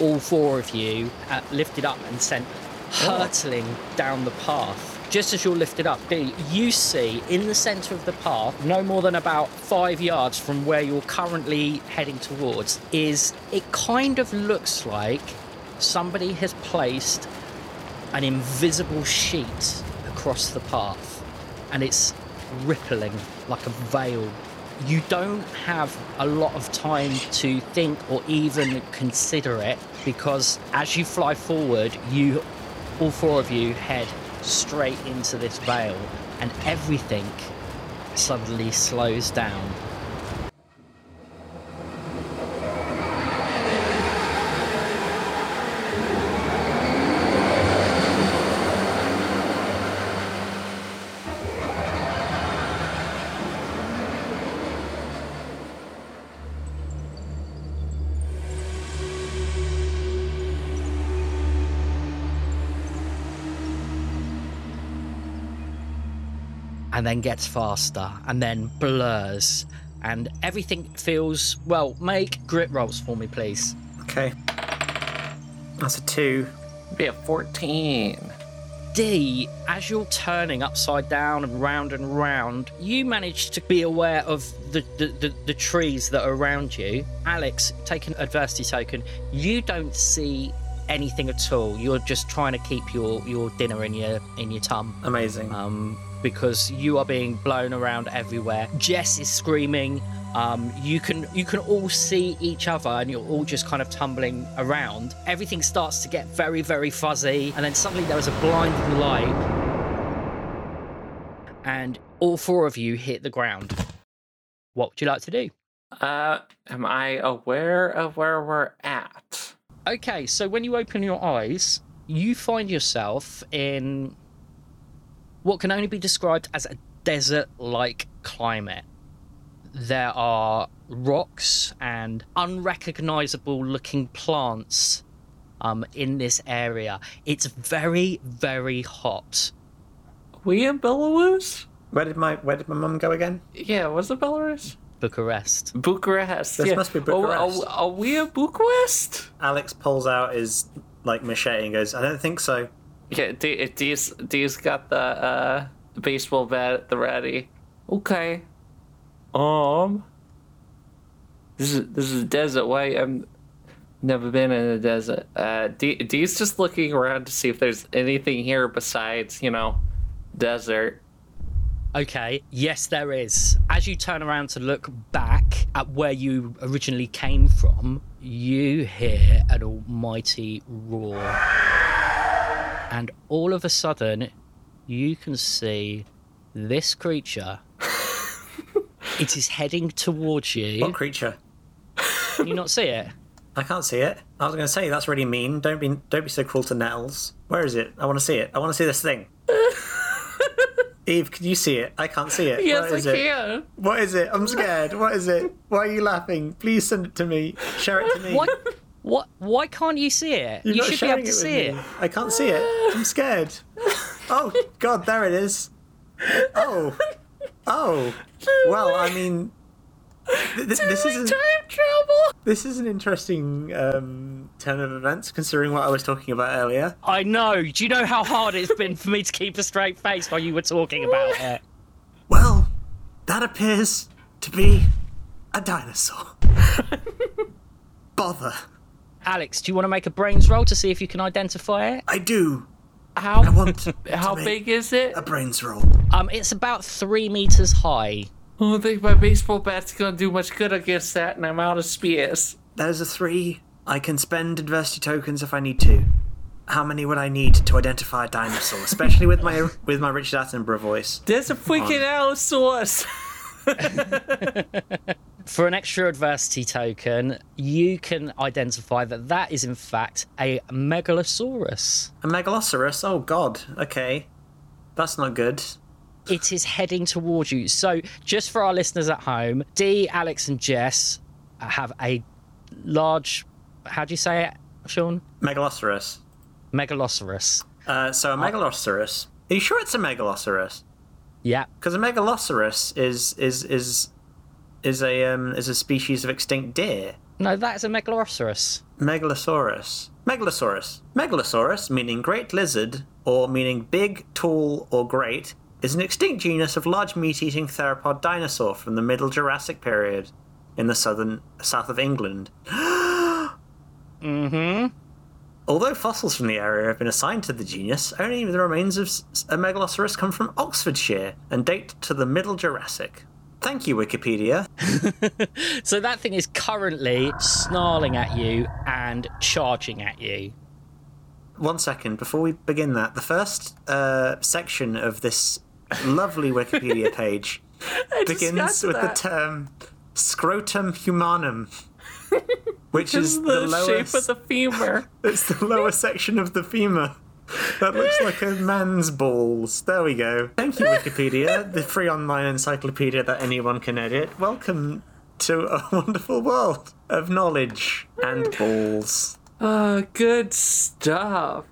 S1: all four of you uh, lifted up and sent hurtling down the path. Just as you're lifted up, Dee, you see in the centre of the path, no more than about five yards from where you're currently heading towards, is it kind of looks like somebody has placed an invisible sheet across the path, and it's rippling like a veil. You don't have a lot of time to think or even consider it because as you fly forward, you all four of you head straight into this veil, and everything suddenly slows down. and then gets faster and then blurs and everything feels well make grit rolls for me please
S2: Okay. That's a two.
S3: Be a 14.
S1: d as you're turning upside down and round and round you manage to be aware of the the, the, the trees that are around you alex take an adversity token you don't see anything at all you're just trying to keep your your dinner in your in your tum
S2: Amazing.
S1: um, because you are being blown around everywhere. Jess is screaming. Um, you can you can all see each other, and you're all just kind of tumbling around. Everything starts to get very very fuzzy, and then suddenly there is a blinding light, and all four of you hit the ground. What would you like to do?
S3: Uh, am I aware of where we're at?
S1: Okay, so when you open your eyes, you find yourself in what can only be described as a desert like climate. There are rocks and unrecognizable looking plants um, in this area. It's very, very hot.
S3: We in Belarus?
S2: Where did my Where did my mum go again?
S3: Yeah, was it Belarus?
S1: Bucharest.
S3: Bucharest.
S2: This
S3: yeah.
S2: must be
S3: Are we- are
S2: Bucharest.
S3: we- Are, we in Bucharest?
S2: Alex pulls out his like machete and goes, "I don't think so."
S3: Yeah, D, D's, D's got the uh, baseball bat at the ready. Okay. Um. This is this is a desert. Why I'm never been in a desert. Uh, D, D's just looking around to see if there's anything here besides you know, desert.
S1: Okay, yes, there is. As you turn around to look back at where you originally came from, you hear an almighty roar. And all of a sudden, you can see this creature. it is heading towards
S2: What
S1: you.
S2: creature?
S1: Can you not see it?
S2: I can't see it. I was going to say that's really mean. Don't be Don't be so cruel to Nettles. Where is it? I want to see it. I want to see this thing. Eve, can you see it? I can't see it.
S3: Yes,
S2: Where is
S3: I
S2: it?
S3: can.
S2: What is it? I'm scared. What is it? Why are you laughing? Please send it to me. Share it to me.
S1: What? What? Why can't you see it?
S2: You're
S1: you
S2: not
S1: should be able
S2: sharing
S1: to
S2: with
S1: see it.
S2: me. I can't see it. I'm scared. Oh God, there it is. Oh, oh. Well, I mean, th- th- this
S3: Like
S2: isn't
S3: time travel.
S2: this is an interesting um, turn of events considering what I was talking about earlier.
S1: I know. Do you know how hard it's been for me to keep a straight face while you were talking about it?
S2: Well, that appears to be a dinosaur. Bother.
S1: Alex, do you want to make a brains roll to see if you can identify it?
S2: I do. I
S3: How
S2: want. to
S3: how
S2: make
S3: big is it?
S2: A brains roll.
S1: Um, it's about three meters high.
S3: I don't think my baseball bat's gonna do much good against that, and I'm out of spears.
S2: There's a three. I can spend adversity tokens if I need to. How many would I need to identify a dinosaur? Especially with my with my Richard Attenborough voice.
S3: There's a freaking allosaurus.
S1: For an extra adversity token, you can identify that that is in fact a megalosaurus.
S2: A megalosaurus? Oh god. Okay. That's not good.
S1: It is heading towards you. So, just for our listeners at home, Dee, Alex, and Jess have a large. How do you say it, Sean?
S2: Megalosaurus.
S1: Megalosaurus.
S2: Uh, so a megalosaurus. Are you sure it's a megalosaurus?
S1: Yeah.
S2: Because a megalosaurus is is is is a um is a species of extinct deer.
S1: No, that is a megalosaurus.
S2: Megalosaurus. Megalosaurus. Megalosaurus, meaning great lizard, or meaning big, tall, or great, is an extinct genus of large meat eating theropod dinosaur from the Middle Jurassic period in the southern south of England.
S1: Mm hmm.
S2: Although fossils from the area have been assigned to the genus, only the remains of s- a megaloceros come from Oxfordshire and date to the Middle Jurassic. Thank you, Wikipedia.
S1: So that thing is currently snarling at you and charging at you.
S2: One second before we begin that, the first uh, section of this lovely Wikipedia page begins
S3: got
S2: with
S3: that.
S2: the term scrotum humanum, which
S3: This
S2: is
S3: is
S2: the,
S3: the,
S2: lower
S3: shape of the femur.
S2: it's the lower section of the femur. That looks like a man's balls. There we go. Thank you, Wikipedia, the free online encyclopedia that anyone can edit. Welcome to a wonderful world of knowledge and balls.
S3: Oh, good stuff.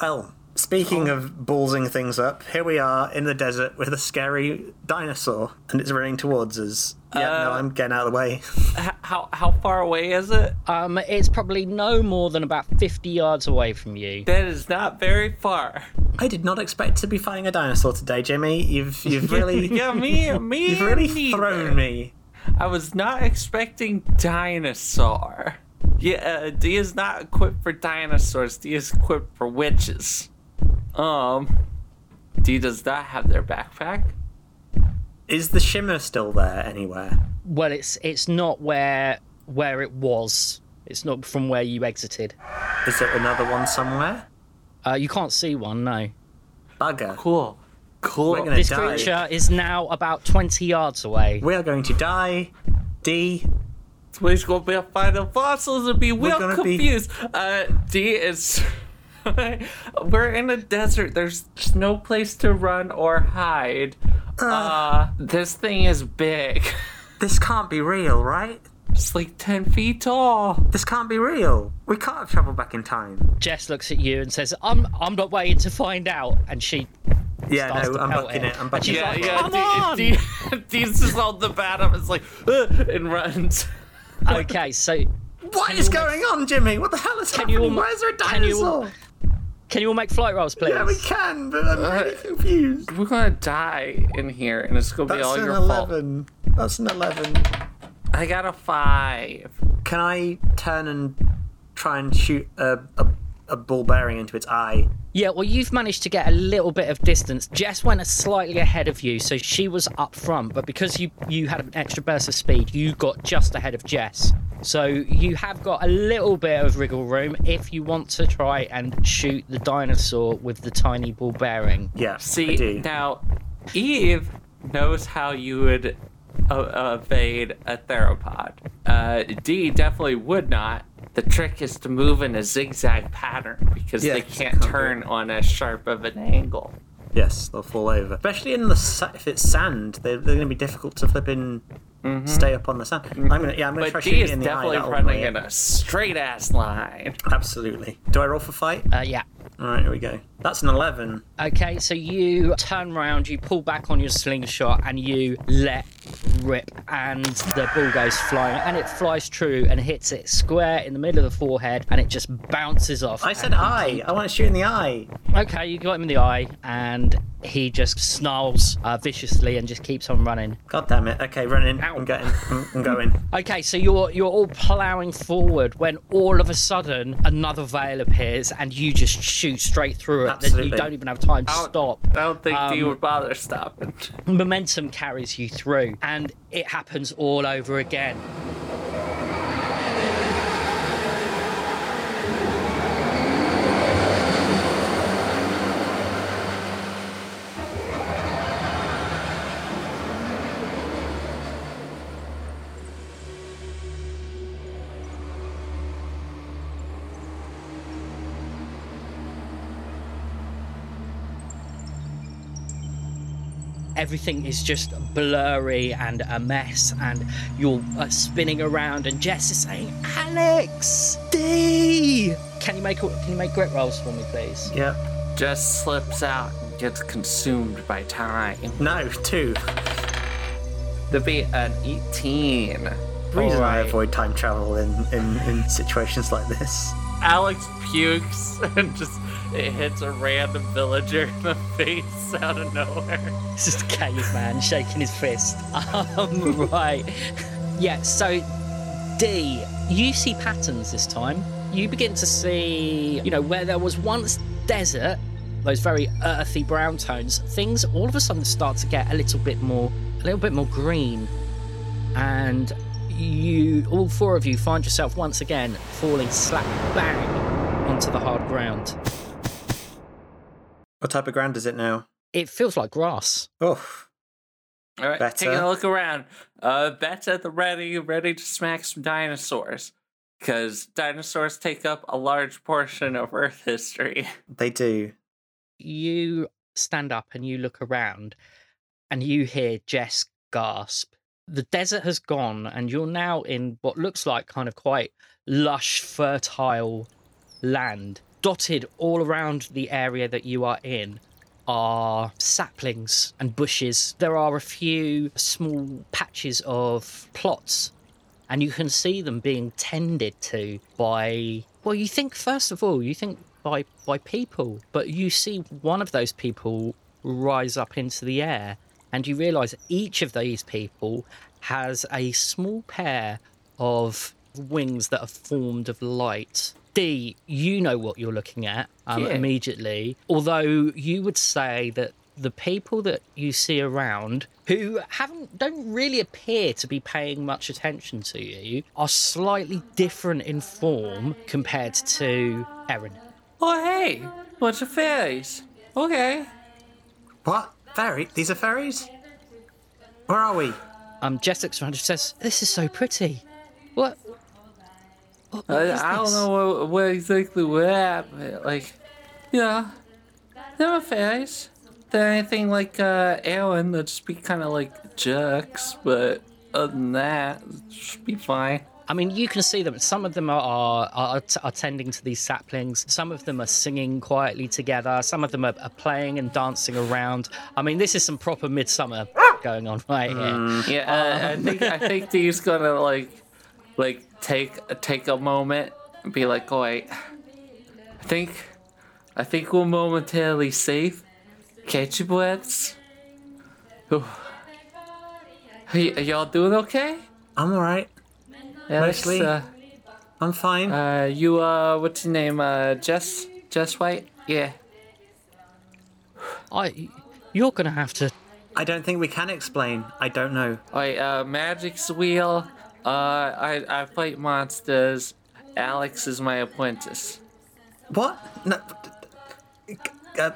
S2: Well, speaking of ballsing things up, here we are in the desert with a scary dinosaur, and it's running towards us. Yeah,
S1: Uh,
S2: no, I'm getting out of the way.
S3: H- how how far away is it?
S1: Um, it's probably no more than about 50 yards away from you.
S3: That is not very far.
S2: I did not expect to be fighting a dinosaur today, Jimmy. You've you've really
S3: Yeah, me, me,
S2: you've really
S3: neither.
S2: thrown me.
S3: I was not expecting dinosaur. Yeah, uh, D is not equipped for dinosaurs. D is equipped for witches. Um, D does not have their backpack.
S2: Is the shimmer still there anywhere?
S1: Well, it's it's not where where it was. It's not from where you exited.
S2: Is there another one somewhere?
S1: Uh, you can't see one, no.
S2: Bugger.
S3: Cool, cool.
S2: We're gonna
S1: This
S2: die.
S1: creature is now about 20 yards away.
S2: We are going to die. D.
S3: Please go be finding fossils and be real
S2: gonna be-
S3: confused. Uh, D is. We're in a desert. There's just no place to run or hide. Uh, this thing is big.
S2: This can't be real, right?
S3: It's like 10 feet tall.
S2: This can't be real. We can't have traveled back in time.
S1: Jess looks at you and says, "I'm I'm not waiting to find out." And she
S2: Yeah,
S1: Starts
S2: no,
S1: to
S2: I'm
S1: pelt
S2: bucking
S1: it.
S2: it. I'm bucking
S1: she's
S2: it.
S3: Yeah,
S1: like,
S3: yeah.
S1: "Come
S3: D-
S1: on!"
S3: D- Dean's just on the bottom. It's like "Ugh," and runs.
S1: okay, so
S2: What is going on, Jimmy? What the hell is happening?
S1: you almo-
S2: Why is there a
S1: can you-
S2: dinosaur?
S1: can you all make flight rolls, please?
S2: Yeah, we can, but I'm really
S3: Uh,
S2: confused.
S3: We're gonna die in here, and it's gonna be
S2: That's
S3: all
S2: an
S3: your fault.
S2: 11. That's an 11.
S3: I got a five.
S2: Can I turn and try and shoot a, a, a bull bearing into its eye?
S1: Yeah, well, you've managed to get a little bit of distance. Jess went slightly ahead of you, so she was up front, but because you you had an extra burst of speed, you got just ahead of Jess. So you have got a little bit of wriggle room if you want to try and shoot the dinosaur with the tiny ball bearing.
S2: Yeah, I
S3: See
S2: do.
S3: now, Eve knows how you would uh, evade a theropod. Uh, D definitely would not. The trick is to move in a zigzag pattern because
S2: Yeah,
S3: they
S2: 'cause they
S3: can't
S2: can't do
S3: turn on as sharp of an angle.
S2: Yes, they'll fall over. Especially in the sa- if it's sand, they're, they're going to be difficult to flip in,
S3: Mm-hmm.
S2: stay up on the sand. I'm gonna, yeah, I'm gonna
S3: But
S2: try
S3: D
S2: shooting
S3: is
S2: it in the eye.
S3: definitely
S2: that'll
S3: running
S2: annoy
S3: in
S2: it.
S3: a straight ass line.
S2: Absolutely. Do I roll for fight?
S1: Uh, yeah.
S2: All right, here we go. That's an 11.
S1: Okay, so you turn round, you pull back on your slingshot, and you let rip, and the ball goes flying, and it flies true and hits it square in the middle of the forehead, and it just bounces off.
S2: I said eye. I want to shoot in the eye.
S1: Okay, you got him in the eye, and he just snarls uh, viciously and just keeps on running.
S2: God damn it. Okay, running. I'm going. I'm, I'm going.
S1: Okay, so you're you're all ploughing forward when all of a sudden another veil appears, and you just shoot straight through it. Then You
S2: Absolutely.
S1: don't even have time to
S3: I don't-
S1: stop.
S3: I don't think D
S1: Um,
S3: would bother stopping.
S1: Momentum carries you through, and it happens all over again. everything is just blurry and a mess, and you're uh, spinning around, and Jess is saying, "Alex, D, can you make can you make grit rolls for me, please?"
S2: Yep.
S3: Just slips out and gets consumed by time.
S2: No, two.
S3: To be an 18.
S2: The reason I
S1: Alright.
S2: avoid time travel in, in, in situations like this.
S3: Alex pukes and just it hits a random villager in the face out of nowhere.
S1: It's just a caveman shaking his fist. Um, right, yeah. So, D, you see patterns this time. You begin to see, you know, where there was once desert, those very earthy brown tones, things all of a sudden start to get a little bit more, a little bit more green. And you, all four of you, find yourself once again falling slap bang onto the hard ground.
S2: What type of ground is it now?
S1: It feels like grass.
S2: Oh,
S3: All right,
S2: Better.
S3: taking a look around. Uh, Bet's at the ready, ready to smack some dinosaurs. Because dinosaurs take up a large portion of Earth history.
S2: they do.
S1: You stand up and you look around and you hear Jess gasp. The desert has gone, and you're now in what looks like kind of quite lush, fertile land. Dotted all around the area that you are in are saplings and bushes. There are a few small patches of plots and you can see them being tended to by well you think first of all you think by by people but you see one of those people rise up into the air and you realize each of these people has a small pair of wings that are formed of light d you know what you're looking at um,
S3: Yeah.
S1: immediately although you would say that the people that you see around who haven't don't really appear to be paying much attention to you are slightly different in form compared to Erin.
S3: Oh, hey, bunch of fairies. Okay.
S2: What? Fairy? These are fairies? Where are we?
S1: Um, Jessica around and says, "This is so pretty. What? what- what
S3: I,
S1: is
S3: Uh, I don't
S1: this?"
S3: know what, what exactly what happened. Like, yeah, they're not fairies. They're anything like uh, Aaron. They'll just be kind of like jerks, but other than that, it should be fine.
S1: I mean, you can see them. Some of them are are, are, t- are tending to these saplings. Some of them are singing quietly together. Some of them are, are playing and dancing around. I mean, this is some proper midsummer going on right here.
S3: Yeah, I- I think I think Dee's gonna like, like take take a moment and be like, "All right, I think, I think we're momentarily safe. Catch your breaths. Ooh. Hey, are y'all doing okay?
S2: I'm alright.
S3: Alex,
S2: Mostly.
S3: uh,
S2: I'm fine.
S3: uh, you uh, what's your name? Uh, Jess, Jess White. Yeah.
S1: I, you're gonna have to
S2: I don't think we can explain. I don't know.
S3: All right. Uh, Magic's wheel. Uh, I I fight monsters. Alex is my apprentice.
S2: What? No. d- d- Uh,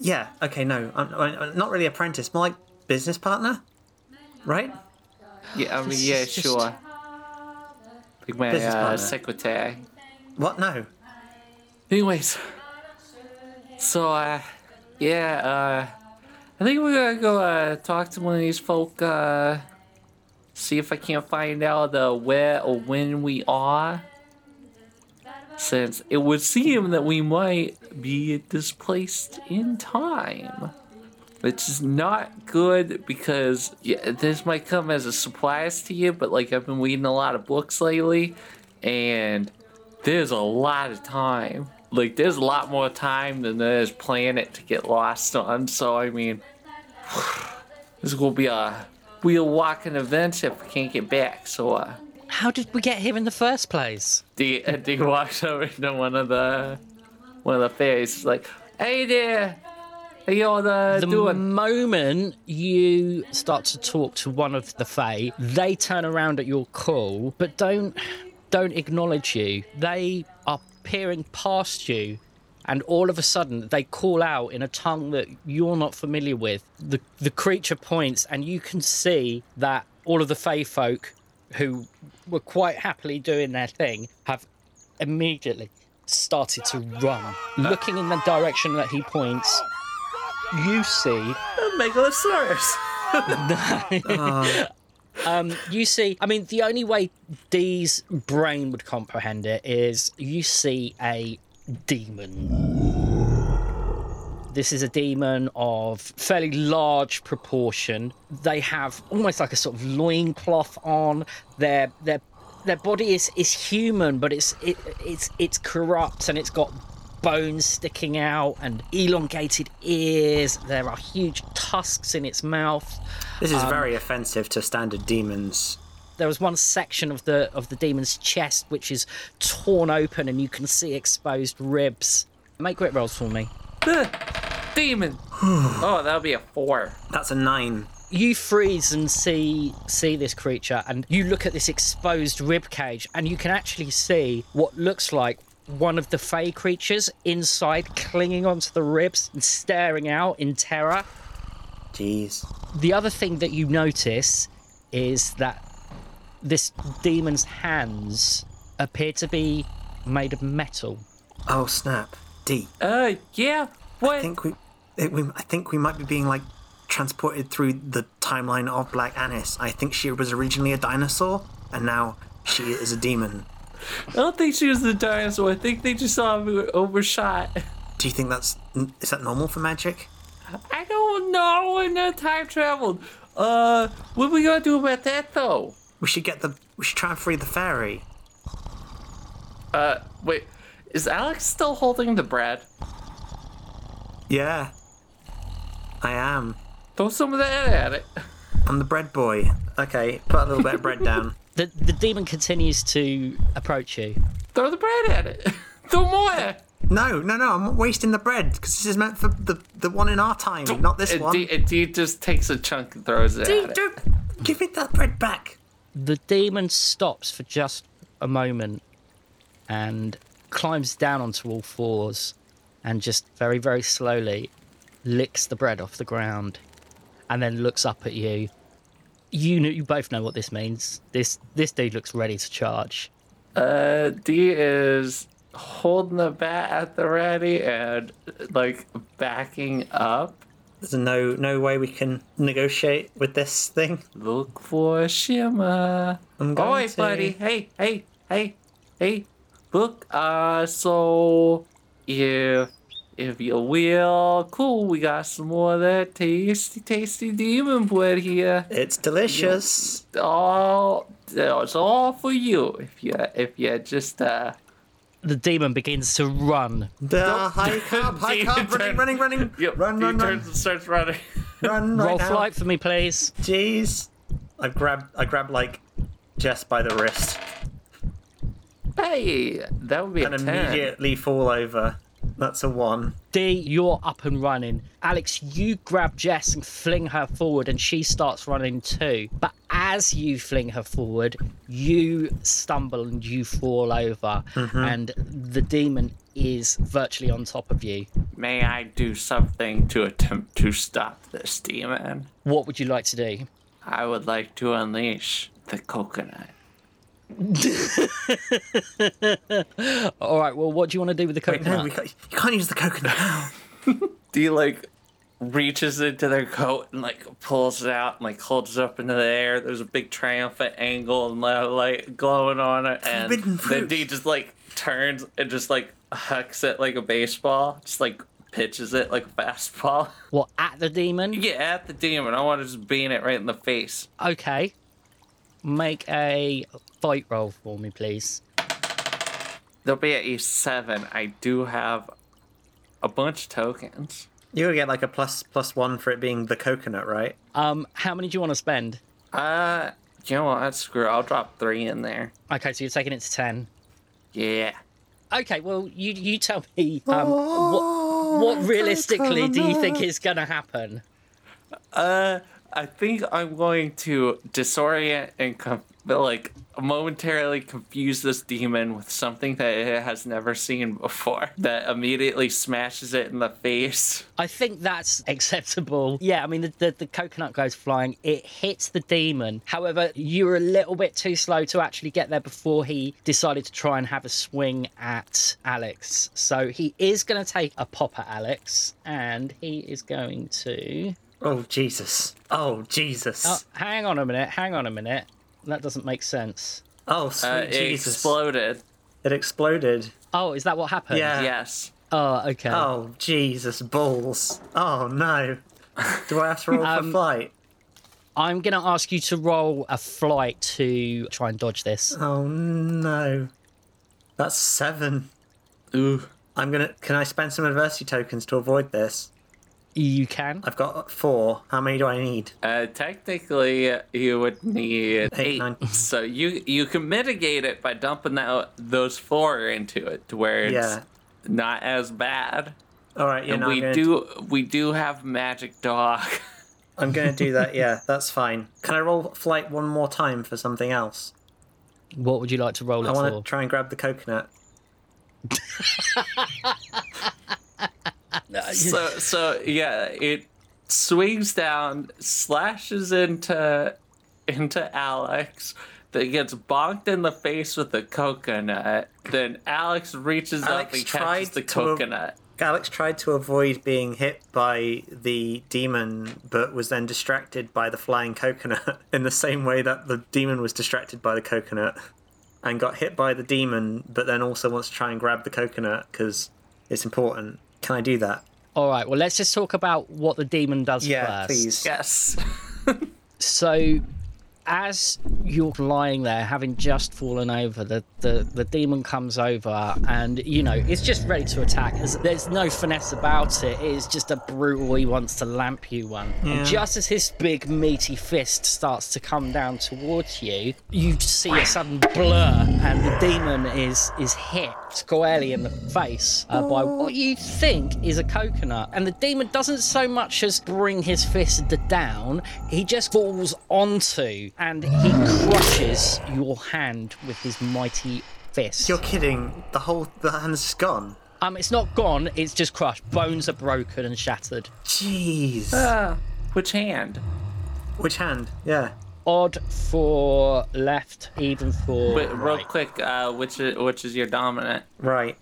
S2: yeah. Okay. No. I'm, I'm not really apprentice. More like business partner, right?
S3: Yeah, I mean,
S1: This
S3: yeah,
S1: is just-
S3: sure. Like my
S2: Business
S3: uh,
S2: partner.
S3: secretary.
S2: What? No.
S3: Anyways, so uh, yeah, uh, I think we're gonna go uh, talk to one of these folk. Uh, see if I can't find out uh, where or when we are. Since it would seem that we might be displaced in time. Which is not good because yeah, this might come as a surprise to you, but like I've been reading a lot of books lately and there's a lot of time. Like there's a lot more time than there's planet to get lost on. So I mean, this will be a wheel walking event if we can't get back. So uh,
S1: How did we get here in the first place?
S3: D uh, D walks over to one of the one of the fairies. He's like, "Hey there, how you all uh,
S1: The
S3: doing?"
S1: moment you start to talk to one of the Fae, they turn around at your call, but don't don't acknowledge you. They are peering past you, and all of a sudden they call out in a tongue that you're not familiar with. The the creature points, and you can see that all of the Fae folk who were quite happily doing their thing have immediately started to run. Looking in the direction that he points, you see
S2: Megalosaurus.
S1: um, you see, I mean, the only way Dee's brain would comprehend it is you see a demon. This is a demon of fairly large proportion. They have almost like a sort of loincloth on. Their their their body is, is human, but it's it, it's it's corrupt and it's got bones sticking out and elongated ears. There are huge tusks in its mouth.
S2: Um, This is very offensive to standard demons.
S1: there was one section of the of the demon's chest which is torn open and you can see exposed ribs. Make grit rolls for me.
S3: Demon. oh, that'll be a four.
S2: That's a nine.
S1: you freeze and see see this creature and you look at this exposed rib cage and you can actually see what looks like one of the fey creatures inside clinging onto the ribs and staring out in terror
S2: Jeez.
S1: the other thing that you notice is that this demon's hands appear to be made of metal
S2: Oh snap. D. I
S3: Uh, yeah. What?
S2: think we, it, we. I think we might be being like transported through the timeline of Black Anis. I think she was originally a dinosaur, and now she is a demon.
S3: I don't think she was the dinosaur. I think they just saw me overshot.
S2: Do you think that's is that normal for magic?
S3: I don't know when the time traveled. Uh, what we gonna do about that though?
S2: We should get the. We should try and free the fairy.
S3: Uh, wait, is Alex still holding the bread?
S2: Yeah. I am.
S3: Throw some of that at it.
S2: I'm the bread boy. Okay, put a little bit of bread down.
S1: the, the demon continues to approach you
S3: Throw the bread at it. Throw more.
S2: No, no, no. I'm not wasting the bread because this is meant for the the one in our time, not this
S3: and
S2: one.
S3: D, and D just takes a chunk and throws it at it.
S2: Don't give me that bread back.
S1: the demon stops for just a moment and climbs down onto all fours and just very very slowly licks the bread off the ground and then looks up at you you know, you both know what this means this this dude looks ready to charge
S3: Uh, D is holding the bat at the ready and like backing up.
S2: There's no no way we can negotiate with this thing.
S3: Look for Shimmer.
S2: I'm
S3: Oh,
S2: going
S3: hey,
S2: to-
S3: buddy. Hey, hey, hey, hey. Look, uh, so if if you will, cool. We got some more of that tasty, tasty demon blood here.
S2: It's delicious.
S3: All it's all for you. If you if you just uh.
S1: the demon begins to run
S2: Duh, high carb, high
S3: Dude,
S2: carb, running,
S3: turn-
S2: running, running,
S3: Yep,
S2: run,
S3: he
S2: run, run,
S3: turns and starts running.
S2: run, right
S1: roll
S2: now.
S1: flight for me please
S2: Jeez, I grab, I grab like Jess by the wrist
S3: hey, that would be
S2: and
S3: a ten.
S2: immediately fall over. That's a one.
S1: D, you're up and running. Alex, you grab Jess and fling her forward, and she starts running too. But as you fling her forward, you stumble and you fall over,
S2: Mm-hmm.
S1: and the demon is virtually on top of you.
S3: May I do something to attempt to stop this demon?
S1: What would you like to do?
S3: I would like to unleash the coconut.
S1: All right, well, what do you want to do with the
S2: Wait, no,
S1: coconut?
S2: we can't, you can't use the coconut now.
S3: D like reaches into their coat and like pulls it out and like holds it up into the air. There's a big triumphant angle and li- light glowing on it, and
S2: Forbidden
S3: then
S2: fruit.
S3: D just like turns and just like hucks it like a baseball, just like pitches it like a fastball.
S1: What, at the demon?
S3: yeah, at the demon. I want to just bean it right in the face.
S1: Okay. Make a fight roll for me, please.
S3: There'll be a seven. I do have a bunch of tokens.
S2: You're gonna get like a plus plus one for it being the coconut, right?
S1: Um, how many do you want to spend?
S3: Uh, you know what? That's screw. it. I'll drop three in there.
S1: Okay, so you're taking it to 10.
S3: Yeah.
S1: Okay, well, you you tell me um, what, what realistically do you think is going to happen?
S3: Uh, I think I'm going to disorient and com- like momentarily confuse this demon with something that it has never seen before. That immediately smashes it in the face.
S1: I think that's acceptable. Yeah, I mean, the, the, the coconut goes flying, it hits the demon. However, you were a little bit too slow to actually get there before he decided to try and have a swing at Alex. So he is going to take a pop at Alex, and he is going to.
S2: Oh Jesus! Oh Jesus!
S1: Oh, hang on a minute, hang on a minute. That doesn't make sense.
S2: oh sweet
S3: Uh, it
S2: Jesus!
S3: exploded.
S2: it exploded.
S1: Oh, is that what happened?
S2: Yeah.
S3: Yes.
S1: Oh, okay.
S2: Oh Jesus balls! Oh no! Do I have to roll for flight?
S1: I'm going to ask you to roll a flight to try and dodge this.
S2: Oh no! That's seven.
S3: Ooh.
S2: I'm gonna. Can I spend some adversity tokens to avoid this?
S1: You can.
S2: I've got four. How many do I need?
S3: Uh, technically, you would need eight.
S2: nine.
S3: So you you can mitigate it by dumping that those four into it to where it's
S2: Yeah.
S3: not as bad.
S2: All right, yeah,
S3: and
S2: no, I'm
S3: we
S2: gonna-
S3: do we do have magic dog.
S2: I'm gonna do that. Yeah, that's fine. Can I roll flight one more time for something else?
S1: What would you like to roll it
S2: I want
S1: for?
S2: to try and grab the coconut.
S3: so so yeah, it swings down, slashes into into Alex. That gets bonked in the face with a coconut. Then Alex reaches up
S2: Alex
S3: and
S2: tried
S3: catches the
S2: to av-
S3: coconut.
S2: Alex tried to avoid being hit by the demon, but was then distracted by the flying coconut in the same way that the demon was distracted by the coconut and got hit by the demon, but then also wants to try and grab the coconut because it's important. Can I do that?
S1: All right. Well, let's just talk about what the demon does
S2: Yeah,
S1: first.
S2: please.
S3: Yes.
S1: So, as you're lying there, having just fallen over, the, the, the demon comes over and, you know, it's just ready to attack. There's, there's no finesse about it. It is just a brutal, he wants to lamp you one. And just as his big, meaty fist starts to come down towards you, you see a sudden Um, blur and the demon is, is hit squarely in the face uh, by what you think is a coconut. And the demon doesn't so much as bring his fist d- down, he just falls onto and he crushes your hand with his mighty fist.
S2: You're kidding. The whole the hand's gone.
S1: Um, it's not gone, it's just crushed. Bones are broken and shattered.
S2: Jeez.
S3: Which hand?
S2: Which hand? Yeah.
S1: Odd for left, even for.
S3: Wait, real
S1: right.
S3: quick, uh, which is, which is your dominant?
S2: Right.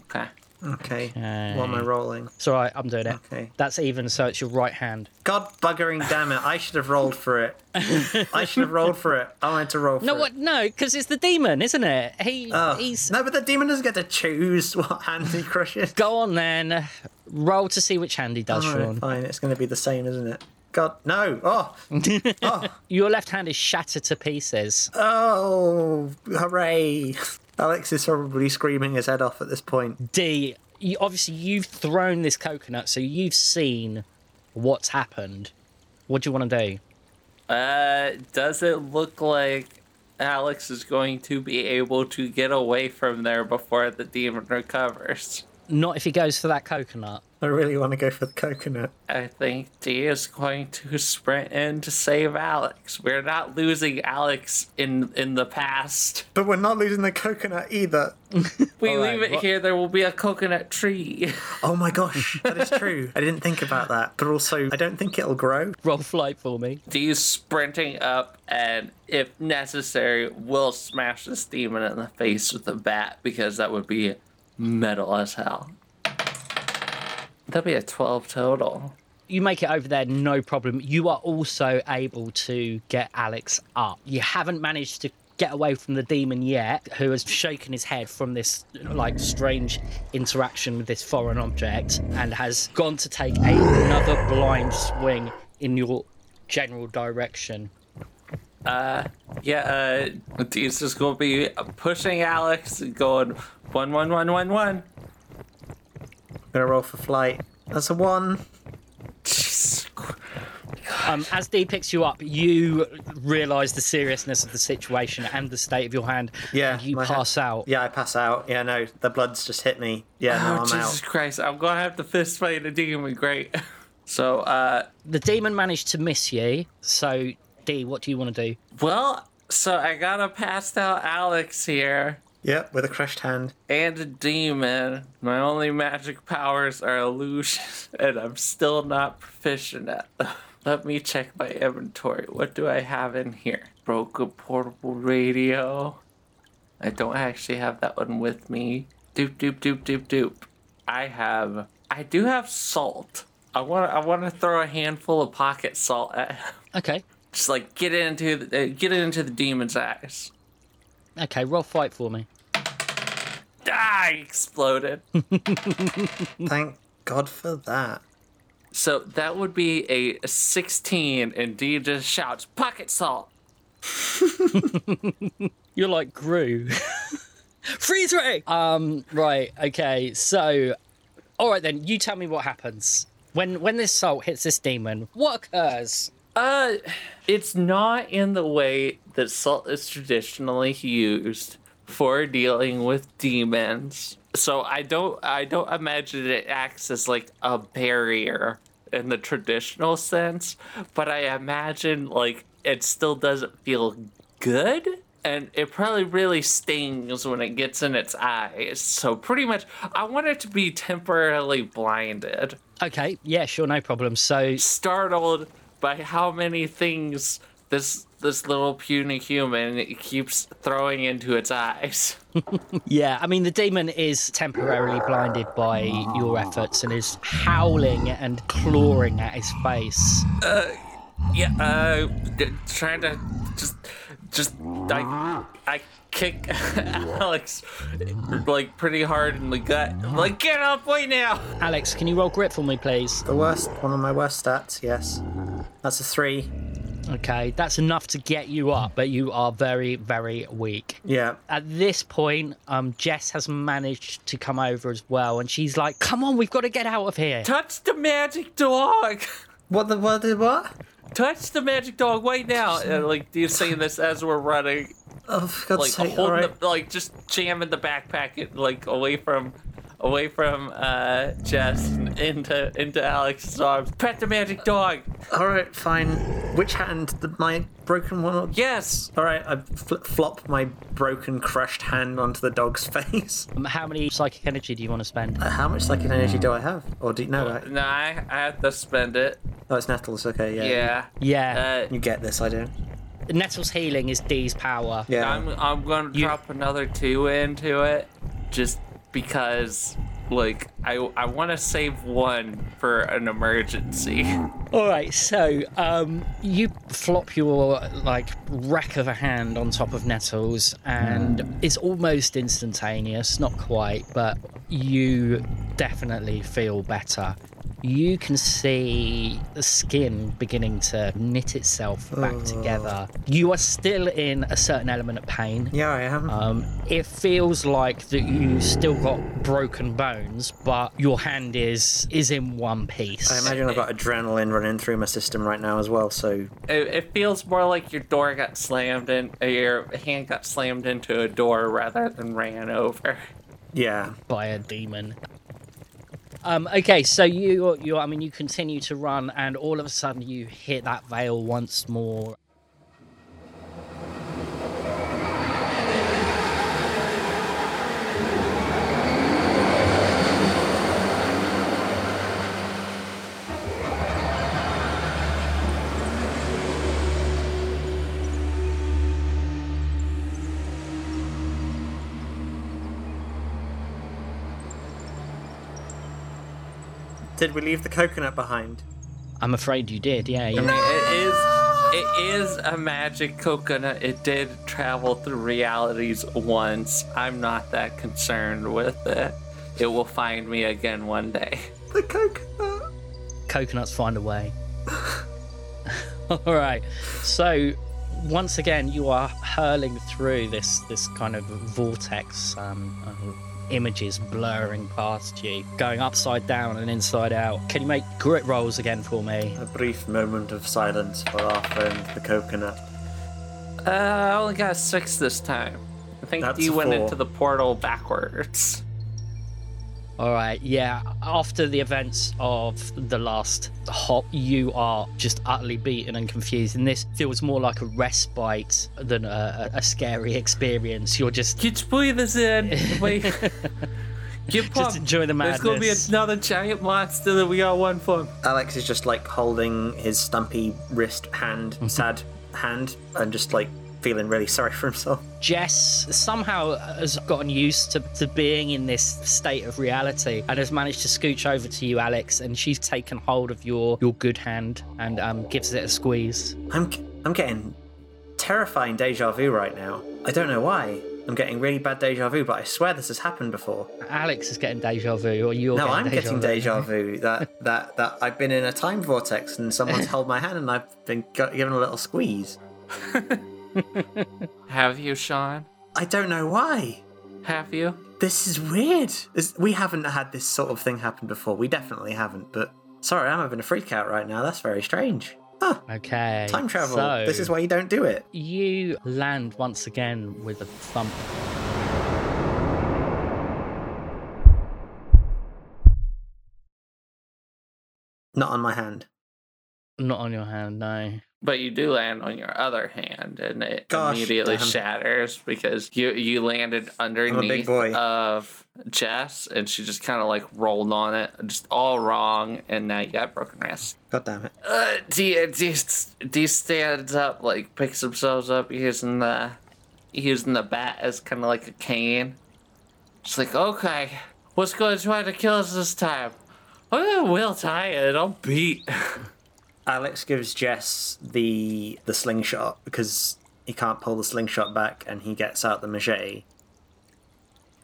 S3: Okay.
S2: Okay. What am I rolling?
S1: It's all right, I'm doing it.
S2: Okay.
S1: That's even, so it's your right hand.
S2: God buggering damn it. I should have rolled for it. I should have rolled for it. I wanted to roll for
S1: No,
S2: it.
S1: what? No, because it's the demon, isn't it? He,
S2: Oh.
S1: he's.
S2: No, but the demon doesn't get to choose what hand he crushes.
S1: Go on then. Roll to see which hand he does,
S2: All right,
S1: Sean.
S2: fine. It's going to be the same, isn't it? God, no. Oh,
S1: Your left hand is shattered to pieces.
S2: oh, hooray. Alex is probably screaming his head off at this point.
S1: D, you, obviously you've thrown this coconut, so you've seen what's happened. What do you want to do?
S3: Uh, does it look like Alex is going to be able to get away from there before the demon recovers?
S1: Not if he goes for that coconut.
S2: I really want to go for the coconut.
S3: I think D is going to sprint in to save Alex. We're not losing Alex in in the past.
S2: But we're not losing the coconut either.
S3: We
S1: All right,
S3: leave it
S1: what-
S3: here. There will be a coconut tree.
S2: Oh my gosh, that is true. I didn't think about that. But also, I don't think it'll grow.
S1: Roll flight for me.
S3: D is sprinting up and, if necessary, will smash this demon in the face with a bat because that would be metal as hell. That'd be a 12 total.
S1: You make it over there, no problem. You are also able to get Alex up. You haven't managed to get away from the demon yet, who has shaken his head from this like strange interaction with this foreign object and has gone to take another blind swing in your general direction.
S3: Yeah, uh, D's just gonna be pushing Alex and going one, one, one, one, one.
S2: I'm going to roll for flight. That's a one.
S3: Jeez.
S1: Um, as D picks you up, you realise the seriousness of the situation and the state of your hand.
S2: Yeah,
S1: and you
S2: my hand-
S1: pass out.
S2: Yeah, I pass out. Yeah, no, the blood's just hit me. Yeah, no,
S3: Oh,
S2: I'm
S3: Jesus
S2: out.
S3: Christ, I'm gonna have to fist fight the demon. Great. So, uh,
S1: The demon managed to miss you. So, D, what do you want to do?
S3: well, so I gotta pass out Alex here.
S2: Yep, with a crushed hand.
S3: and a demon. My only magic powers are illusion, and I'm still not proficient at them. Let me check my inventory. What do I have in here? Broken portable radio. I don't actually have that one with me. Doop doop doop doop doop. I have. I do have salt. I want. I want to throw a handful of pocket salt at him.
S1: Okay,
S3: Just like get it into the, uh, get it into the demon's eyes.
S1: okay, roll fight for me.
S3: Ah! he Exploded.
S2: Thank God for that.
S3: So that would be a 16, and D just shouts, Pocket salt!
S1: You're like Gru. Freeze ray. Um. Right. Okay. So, all right then. You tell me what happens. When when this salt hits this demon, what occurs?
S3: Uh, it's not in the way that salt is traditionally used for dealing with demons. So I don't, I don't imagine it acts as like a barrier in the traditional sense, but I imagine like it still doesn't feel good. And it probably really stings when it gets in its eyes. So, pretty much, I want it to be temporarily blinded
S1: Okay, yeah, sure, no problem. So
S3: startled by how many things this this little puny human keeps throwing into its eyes.
S1: yeah, I mean the demon is temporarily blinded by your efforts and is howling and clawing at his face.
S3: Yeah, uh, d- trying to just just I I kick Alex like pretty hard in the gut. Like get up right now.
S1: Alex, can you roll grit for me, please?
S2: The worst, one of my worst stats, yes. That's a three.
S1: Okay, that's enough to get you up, but you are very, very weak.
S2: Yeah.
S1: At this point, um, Jess has managed to come over as well, and she's like, "Come on, we've got to get out of here."
S3: Touch the magic dog.
S2: What the, what the, what?
S3: Touch the magic dog right now. And, like you're saying this as we're running.
S2: Oh, for God's
S3: like
S2: sake, all
S3: holding
S2: right.
S3: the, like just jamming the backpack it, like away from away from uh Jess and into into Alex's arms. Pet the magic dog.
S2: All right, fine. Which hand? The, my broken one?
S3: Yes.
S2: All right, I fl- flop my broken, crushed hand onto the dog's face.
S1: Um, How many psychic energy do you want to spend?
S2: How much psychic energy do I have? Or do you know? Right?
S3: No, I, I have to spend it.
S2: Oh, it's Nettles. Okay, yeah.
S3: Yeah.
S1: Yeah,
S3: Uh,
S2: You get this, I don't.
S1: Nettle's healing is D's power.
S2: Yeah.
S3: I'm I'm gonna drop another two into it, just because like I I want to save one for an emergency.
S1: All right, so um, you flop your like rack of a hand on top of Nettles, and it's almost instantaneous. Not quite, but you definitely feel better. You can see the skin beginning to knit itself back together. You are still in a certain element of pain.
S2: Yeah, I am.
S1: Um, it feels like that you still got broken bones, but your hand is is in one piece.
S2: I imagine I've got adrenaline running through my system right now as well. So
S3: It, it feels more like your door got slammed in, uh, your hand got slammed into a door rather than ran over.
S2: yeah,
S1: by a demon. Um, okay, so you you I mean you continue to run, and all of a sudden you hit that veil once more.
S2: did we leave the coconut behind?
S1: I'm afraid you did, yeah.
S3: I
S1: You,
S3: mean, it is it is a magic coconut. It did travel through realities once. I'm not that concerned with it. It will find me again one day.
S2: The coconut.
S1: coconuts find a way. all right, so once again you are hurling through this this kind of vortex. Um, of images blurring past you, going upside down and inside out. Can you make grit rolls again for me?
S2: A brief moment of silence for our friend, the coconut.
S3: Uh, I only got a six this time. I think
S2: That's
S3: D
S2: a
S3: went
S2: four.
S3: into the portal backwards.
S1: All right, yeah. After the events of the last hop, you are just utterly beaten and confused, and this feels more like a respite than a, a a scary experience. You're just
S3: Get your breathers in. Wait. Get pumped.
S1: enjoy the
S3: There's gonna be
S1: madness.
S3: another giant monster that we got one from.
S2: Alex is just like holding his stumpy wrist, hand, sad hand, and just like feeling really sorry for himself.
S1: Jess somehow has gotten used to, to being in this state of reality and has managed to scooch over to you, Alex, and she's taken hold of your your good hand and um, gives it a squeeze.
S2: I'm I'm getting terrifying deja vu right now. I don't know why. I'm getting really bad deja vu, but I swear this has happened before.
S1: Alex is getting deja vu, or you're
S2: No,
S1: getting
S2: I'm
S1: deja vu.
S2: getting deja vu. That that that I've been in a time vortex and someone's held my hand and I've been got, given a little squeeze.
S3: Have you, Sean?
S2: I don't know why.
S3: Have you?
S2: This is weird. This, we haven't had this sort of thing happen before. We definitely haven't, but Sorry, I'm having a freak out right now. That's very strange. Huh,
S1: Okay.
S2: time travel.
S1: So
S2: This is why you don't do it.
S1: you land once again with a thump.
S2: Not on my hand.
S1: Not on your hand, no.
S3: But you do land on your other hand, and it
S2: Gosh,
S3: immediately
S2: damn.
S3: shatters because you you landed underneath
S2: boy.
S3: of Jess, and she just kind of like rolled on it, just all wrong, and now you got broken wrist.
S2: God damn it.
S3: Uh, D, D, D stands up, like picks themselves up using the using the bat as kind of like a cane. She's like, okay, what's going to try to kill us this time? Oh, we'll tie it. I'm beat.
S2: Alex gives Jess the the slingshot because he can't pull the slingshot back, and he gets out the machete,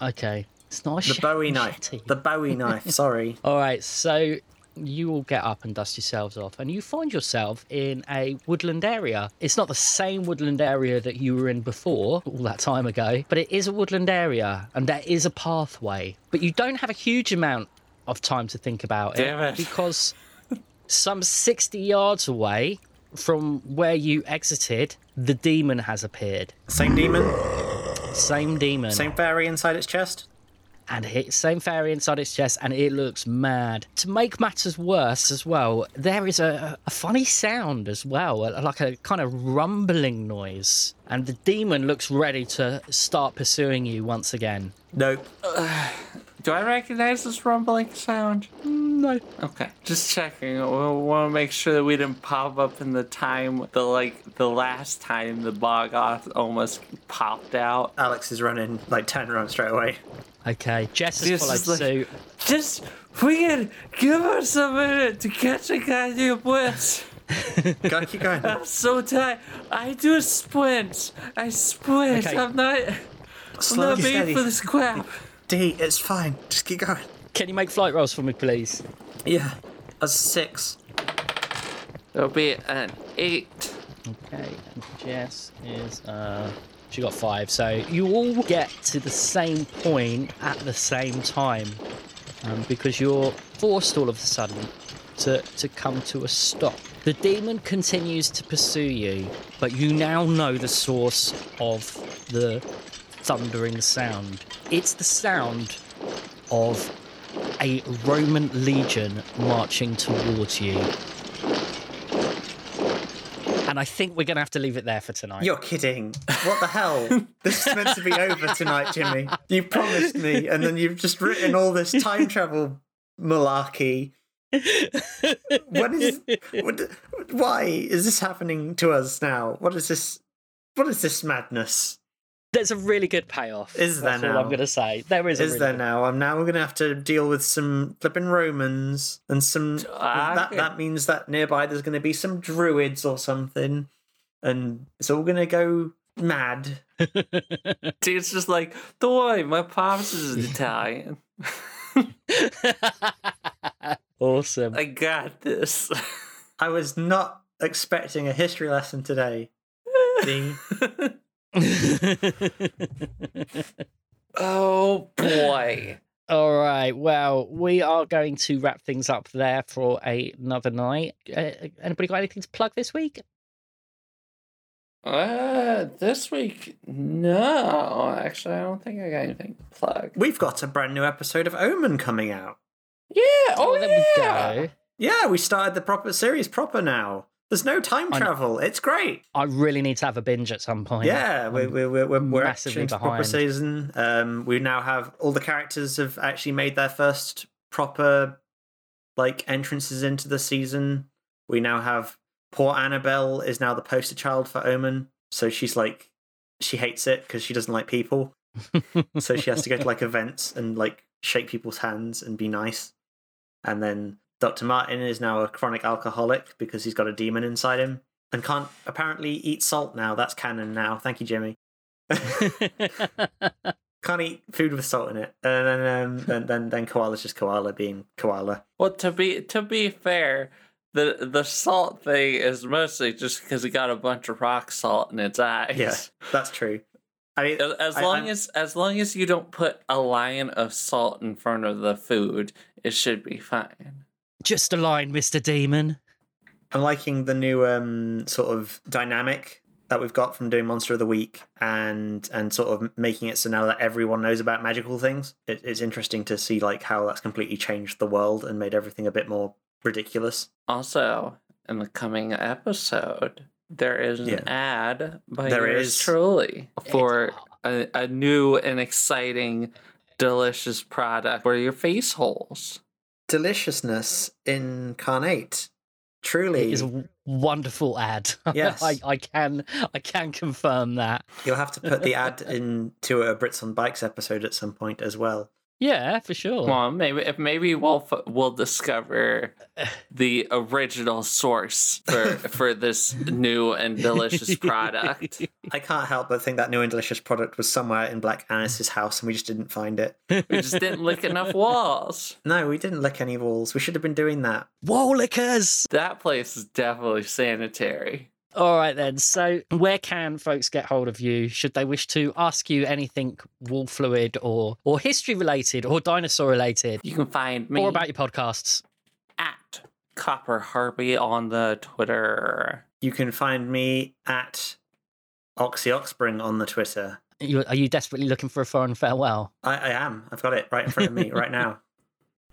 S1: Okay. It's not a
S2: the
S1: sh-
S2: Bowie knife,
S1: machete.
S2: the Bowie knife. Sorry,
S1: All right, so you all get up and dust yourselves off, and you find yourself in a woodland area. It's not the same woodland area that you were in before, all that time ago, but it is a woodland area, and there is a pathway. But you don't have a huge amount of time to think about
S3: Damn it.
S1: because some 60 yards away from where you exited, the demon has appeared.
S2: same demon,
S1: Same demon.
S2: same fairy inside its chest.
S1: and hit same fairy inside its chest and it looks mad to make matters worse as well there is a, a funny sound as well a- like a kind of rumbling noise and the demon looks ready to start pursuing you once again
S2: Nope.
S3: Do I recognize this rumbling sound?
S2: Mm,
S1: no
S3: Okay, just checking. We want to make sure that we didn't pop up in the time, the like, the last time the Bogoth almost popped out.
S2: Alex is running like ten rounds straight away.
S1: okay jess has
S3: This is
S1: followed
S3: like-
S1: suit
S3: Just freaking give us a minute to catch a goddamn blitz.
S2: Go, keep going.
S3: I'm so tired. I do sprints. I sprint.
S1: Okay.
S3: I'm not. I'm
S2: Slow
S3: not
S2: and
S3: made
S2: steady.
S3: for this crap.
S2: D, it's fine. Just keep going.
S1: can you make flight rolls for me please
S2: Yeah, that's six.
S3: It'll be an eight.
S1: Okay, and Jess is uh she got five, so you all get to the same point at the same time. Um, because you're forced all of a sudden to to come to a stop. The demon continues to pursue you, but you now know the source of the thundering sound. It's the sound of a Roman legion marching towards you. And I think we're going to have to leave it there for tonight.
S2: You're kidding. What the hell? this is meant to be over tonight, Jimmy. You promised me, and then you've just written all this time travel malarkey. What is? What, why is this happening to us now? What is this? What is this madness?
S1: There's a really good payoff.
S2: Is there
S1: That's all
S2: now?
S1: I'm going to say. There is. a
S2: Is
S1: really
S2: there
S1: good-
S2: now? I'm now going to have to deal with some flipping Romans and some.
S3: Ah,
S2: that
S3: okay.
S2: that means that nearby there's going to be some druids or something, and it's all going to go mad.
S3: Dude's just like, don't worry, my pops is Italian.
S1: Awesome.
S3: I got this.
S2: I was not expecting a history lesson today. D.
S3: Oh boy.
S1: All right. Well, we are going to wrap things up there for a- another night. Uh, anybody got anything to plug this week?
S3: Uh, this week, no. Actually, I don't think I got anything to plug.
S2: We've got a brand new episode of Omen coming out.
S3: Yeah. Oh,
S1: there
S3: yeah.
S1: we go.
S2: Yeah, we started the proper series proper now. There's no time
S1: I know.
S2: travel. It's great.
S1: I really need to have a binge at some point.
S2: Yeah, we're, we're, we're, we're, we're
S1: massively
S2: actually into proper
S1: behind.
S2: season. Um, we now have all the characters have actually made their first proper like entrances into the season. We now have poor Annabelle is now the poster child for Omen. So she's like, she hates it because she doesn't like people. so she has to go to like events and like shake people's hands and be nice. And then Dr. Martin is now a chronic alcoholic because he's got a demon inside him and can't apparently eat salt now. That's canon now. Thank you, Jimmy. Can't eat food with salt in it. And then, um, then, then, then koala's just koala being koala.
S3: Well, to be to be fair, the the salt thing is mostly just because it got a bunch of rock salt in its eyes.
S2: Yeah, that's true. I mean,
S3: As, as
S2: I-
S3: long
S2: I'm-
S3: as as long as you don't put a lion of salt in front of the food, it should be fine.
S1: Just a line, Mr. Demon.
S2: I'm liking the new um, sort of dynamic that we've got from doing Monster of the Week and and sort of making it so now that everyone knows about magical things. It, it's interesting to see like how that's completely changed the world and made everything a bit more ridiculous.
S3: Also, in the coming episode, there is an
S2: Yeah.
S3: ad by
S2: There
S3: yours
S2: is.
S3: truly for a, a new and exciting, delicious product for your face holes.
S2: Deliciousness incarnate.
S1: It
S2: Truly,
S1: is a w- wonderful ad.
S2: Yes.
S1: I, I can I can confirm that.
S2: you'll have to put the ad into a Brits on Bikes episode at some point as well.
S1: Yeah, for sure.
S3: Well, maybe if maybe we'll f- we'll discover the original source for for this new and delicious product.
S2: I can't help but think that new and delicious product was somewhere in Black Annis's house and we just didn't find it.
S3: We just didn't lick enough walls.
S2: No, we didn't lick any walls. We should have been doing that.
S1: Whoa, lickers!
S3: That place is definitely sanitary.
S1: All right then. So, where can folks get hold of you should they wish to ask you anything wall fluid or or history related or dinosaur related
S3: You can find me
S1: or about your podcasts?
S3: at Copper Harpy on the Twitter.
S2: You can find me at OxyOxspring on the Twitter.
S1: You, are you desperately looking for a foreign farewell?
S2: I, I am. I've got it right in front of me right now.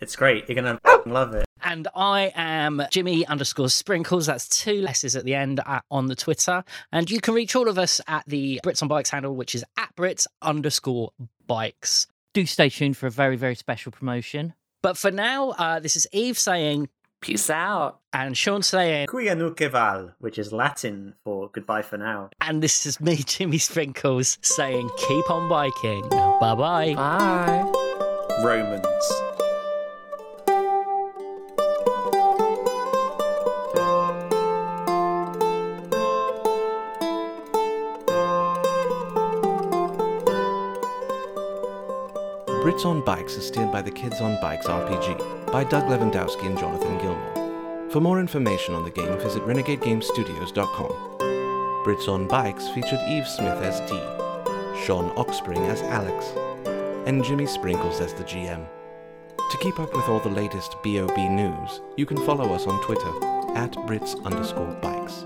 S2: It's great. You're gonna f***ing love it.
S1: And I am Jimmy underscore sprinkles. That's two lesses at the end at, on the Twitter. And you can reach all of us at the Brits on Bikes handle, which is at Brits underscore bikes.
S4: Do stay tuned for a very, very special promotion.
S1: But for now, uh, this is Eve saying
S3: Peace out.
S1: and Sean saying,
S2: Quia nuce val, which is Latin for goodbye for now.
S1: and this is me, Jimmy Sprinkles, saying keep on biking. Bye bye.
S3: Bye.
S2: Romans.
S5: Brits on Bikes is steered by the Kids on Bikes RPG by Doug Lewandowski and Jonathan Gilmore. For more information on the game, visit renegadegamestudios.com. Brits on Bikes featured Eve Smith as Dee, Sean Oxspring as Alex, and Jimmy Sprinkles as the GM. To keep up with all the latest BOB news, you can follow us on Twitter at Brits underscore bikes.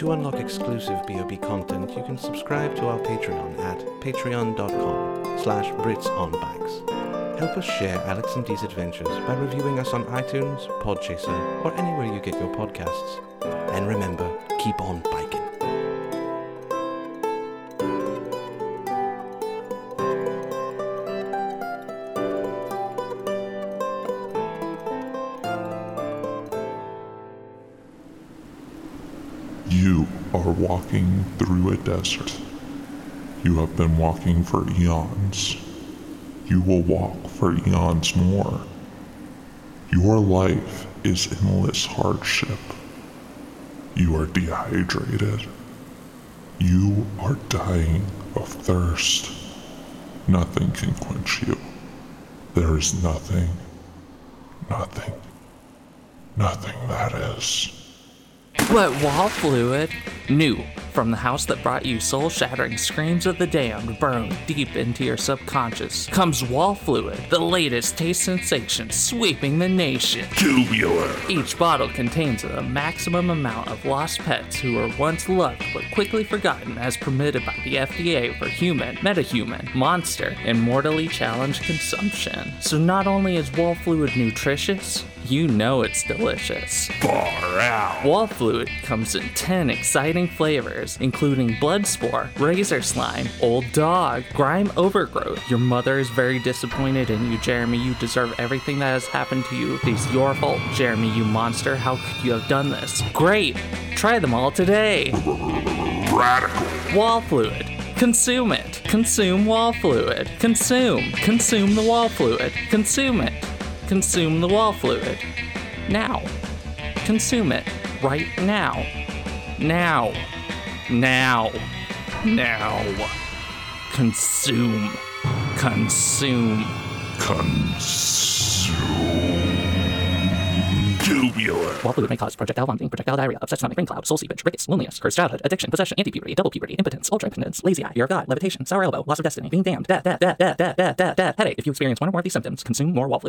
S5: To unlock exclusive BOB content, you can subscribe to our Patreon at patreon.com slash Brits on Bikes. Help us share Alex and Dee's adventures by reviewing us on iTunes, Podchaser, or anywhere you get your podcasts. And remember, keep on biking.
S6: You are walking through a desert. You have been walking for eons. You will walk for eons more. Your life is endless hardship. You are dehydrated. You are dying of thirst. Nothing can quench you. There is nothing, nothing, nothing that is.
S3: Let Wall Fluid, new from the house that brought you soul shattering screams of the damned burn deep into your subconscious, comes Wall Fluid, the latest taste sensation sweeping the nation.
S6: Tubular.
S3: Each bottle contains a maximum amount of lost pets who were once loved but quickly forgotten as permitted by the FDA for human, metahuman, monster, and mortally challenged consumption. So not only is wall fluid nutritious, you know it's delicious.
S6: Far out.
S3: Wall fluid comes in 10 exciting flavors, including blood spore, razor slime, old dog, grime overgrowth. Your mother is very disappointed in you, Jeremy. You deserve everything that has happened to you. It is your fault, Jeremy, you monster. How could you have done this? Great! Try them all today!
S6: Radical.
S3: Wall fluid. Consume it. Consume wall fluid. Consume. Consume the wall fluid. Consume it. Consume the wall fluid. Now. Consume it. Right now. Now. Now. Now. Consume. Consume.
S6: Consume. Tubular.
S3: Wall fluid may cause projectile vomiting, projectile diarrhea, obsessive stomach, brain cloud, soul seepage, rickets, loneliness, cursed childhood, addiction, possession, anti-puberty, double puberty, impotence, ultra-impotence, lazy eye, fear of God, levitation, sour elbow, loss of destiny, being damned, death, death, death, death, death, death, death, death, headache. If you experience one or more of these symptoms, consume more wall fluid.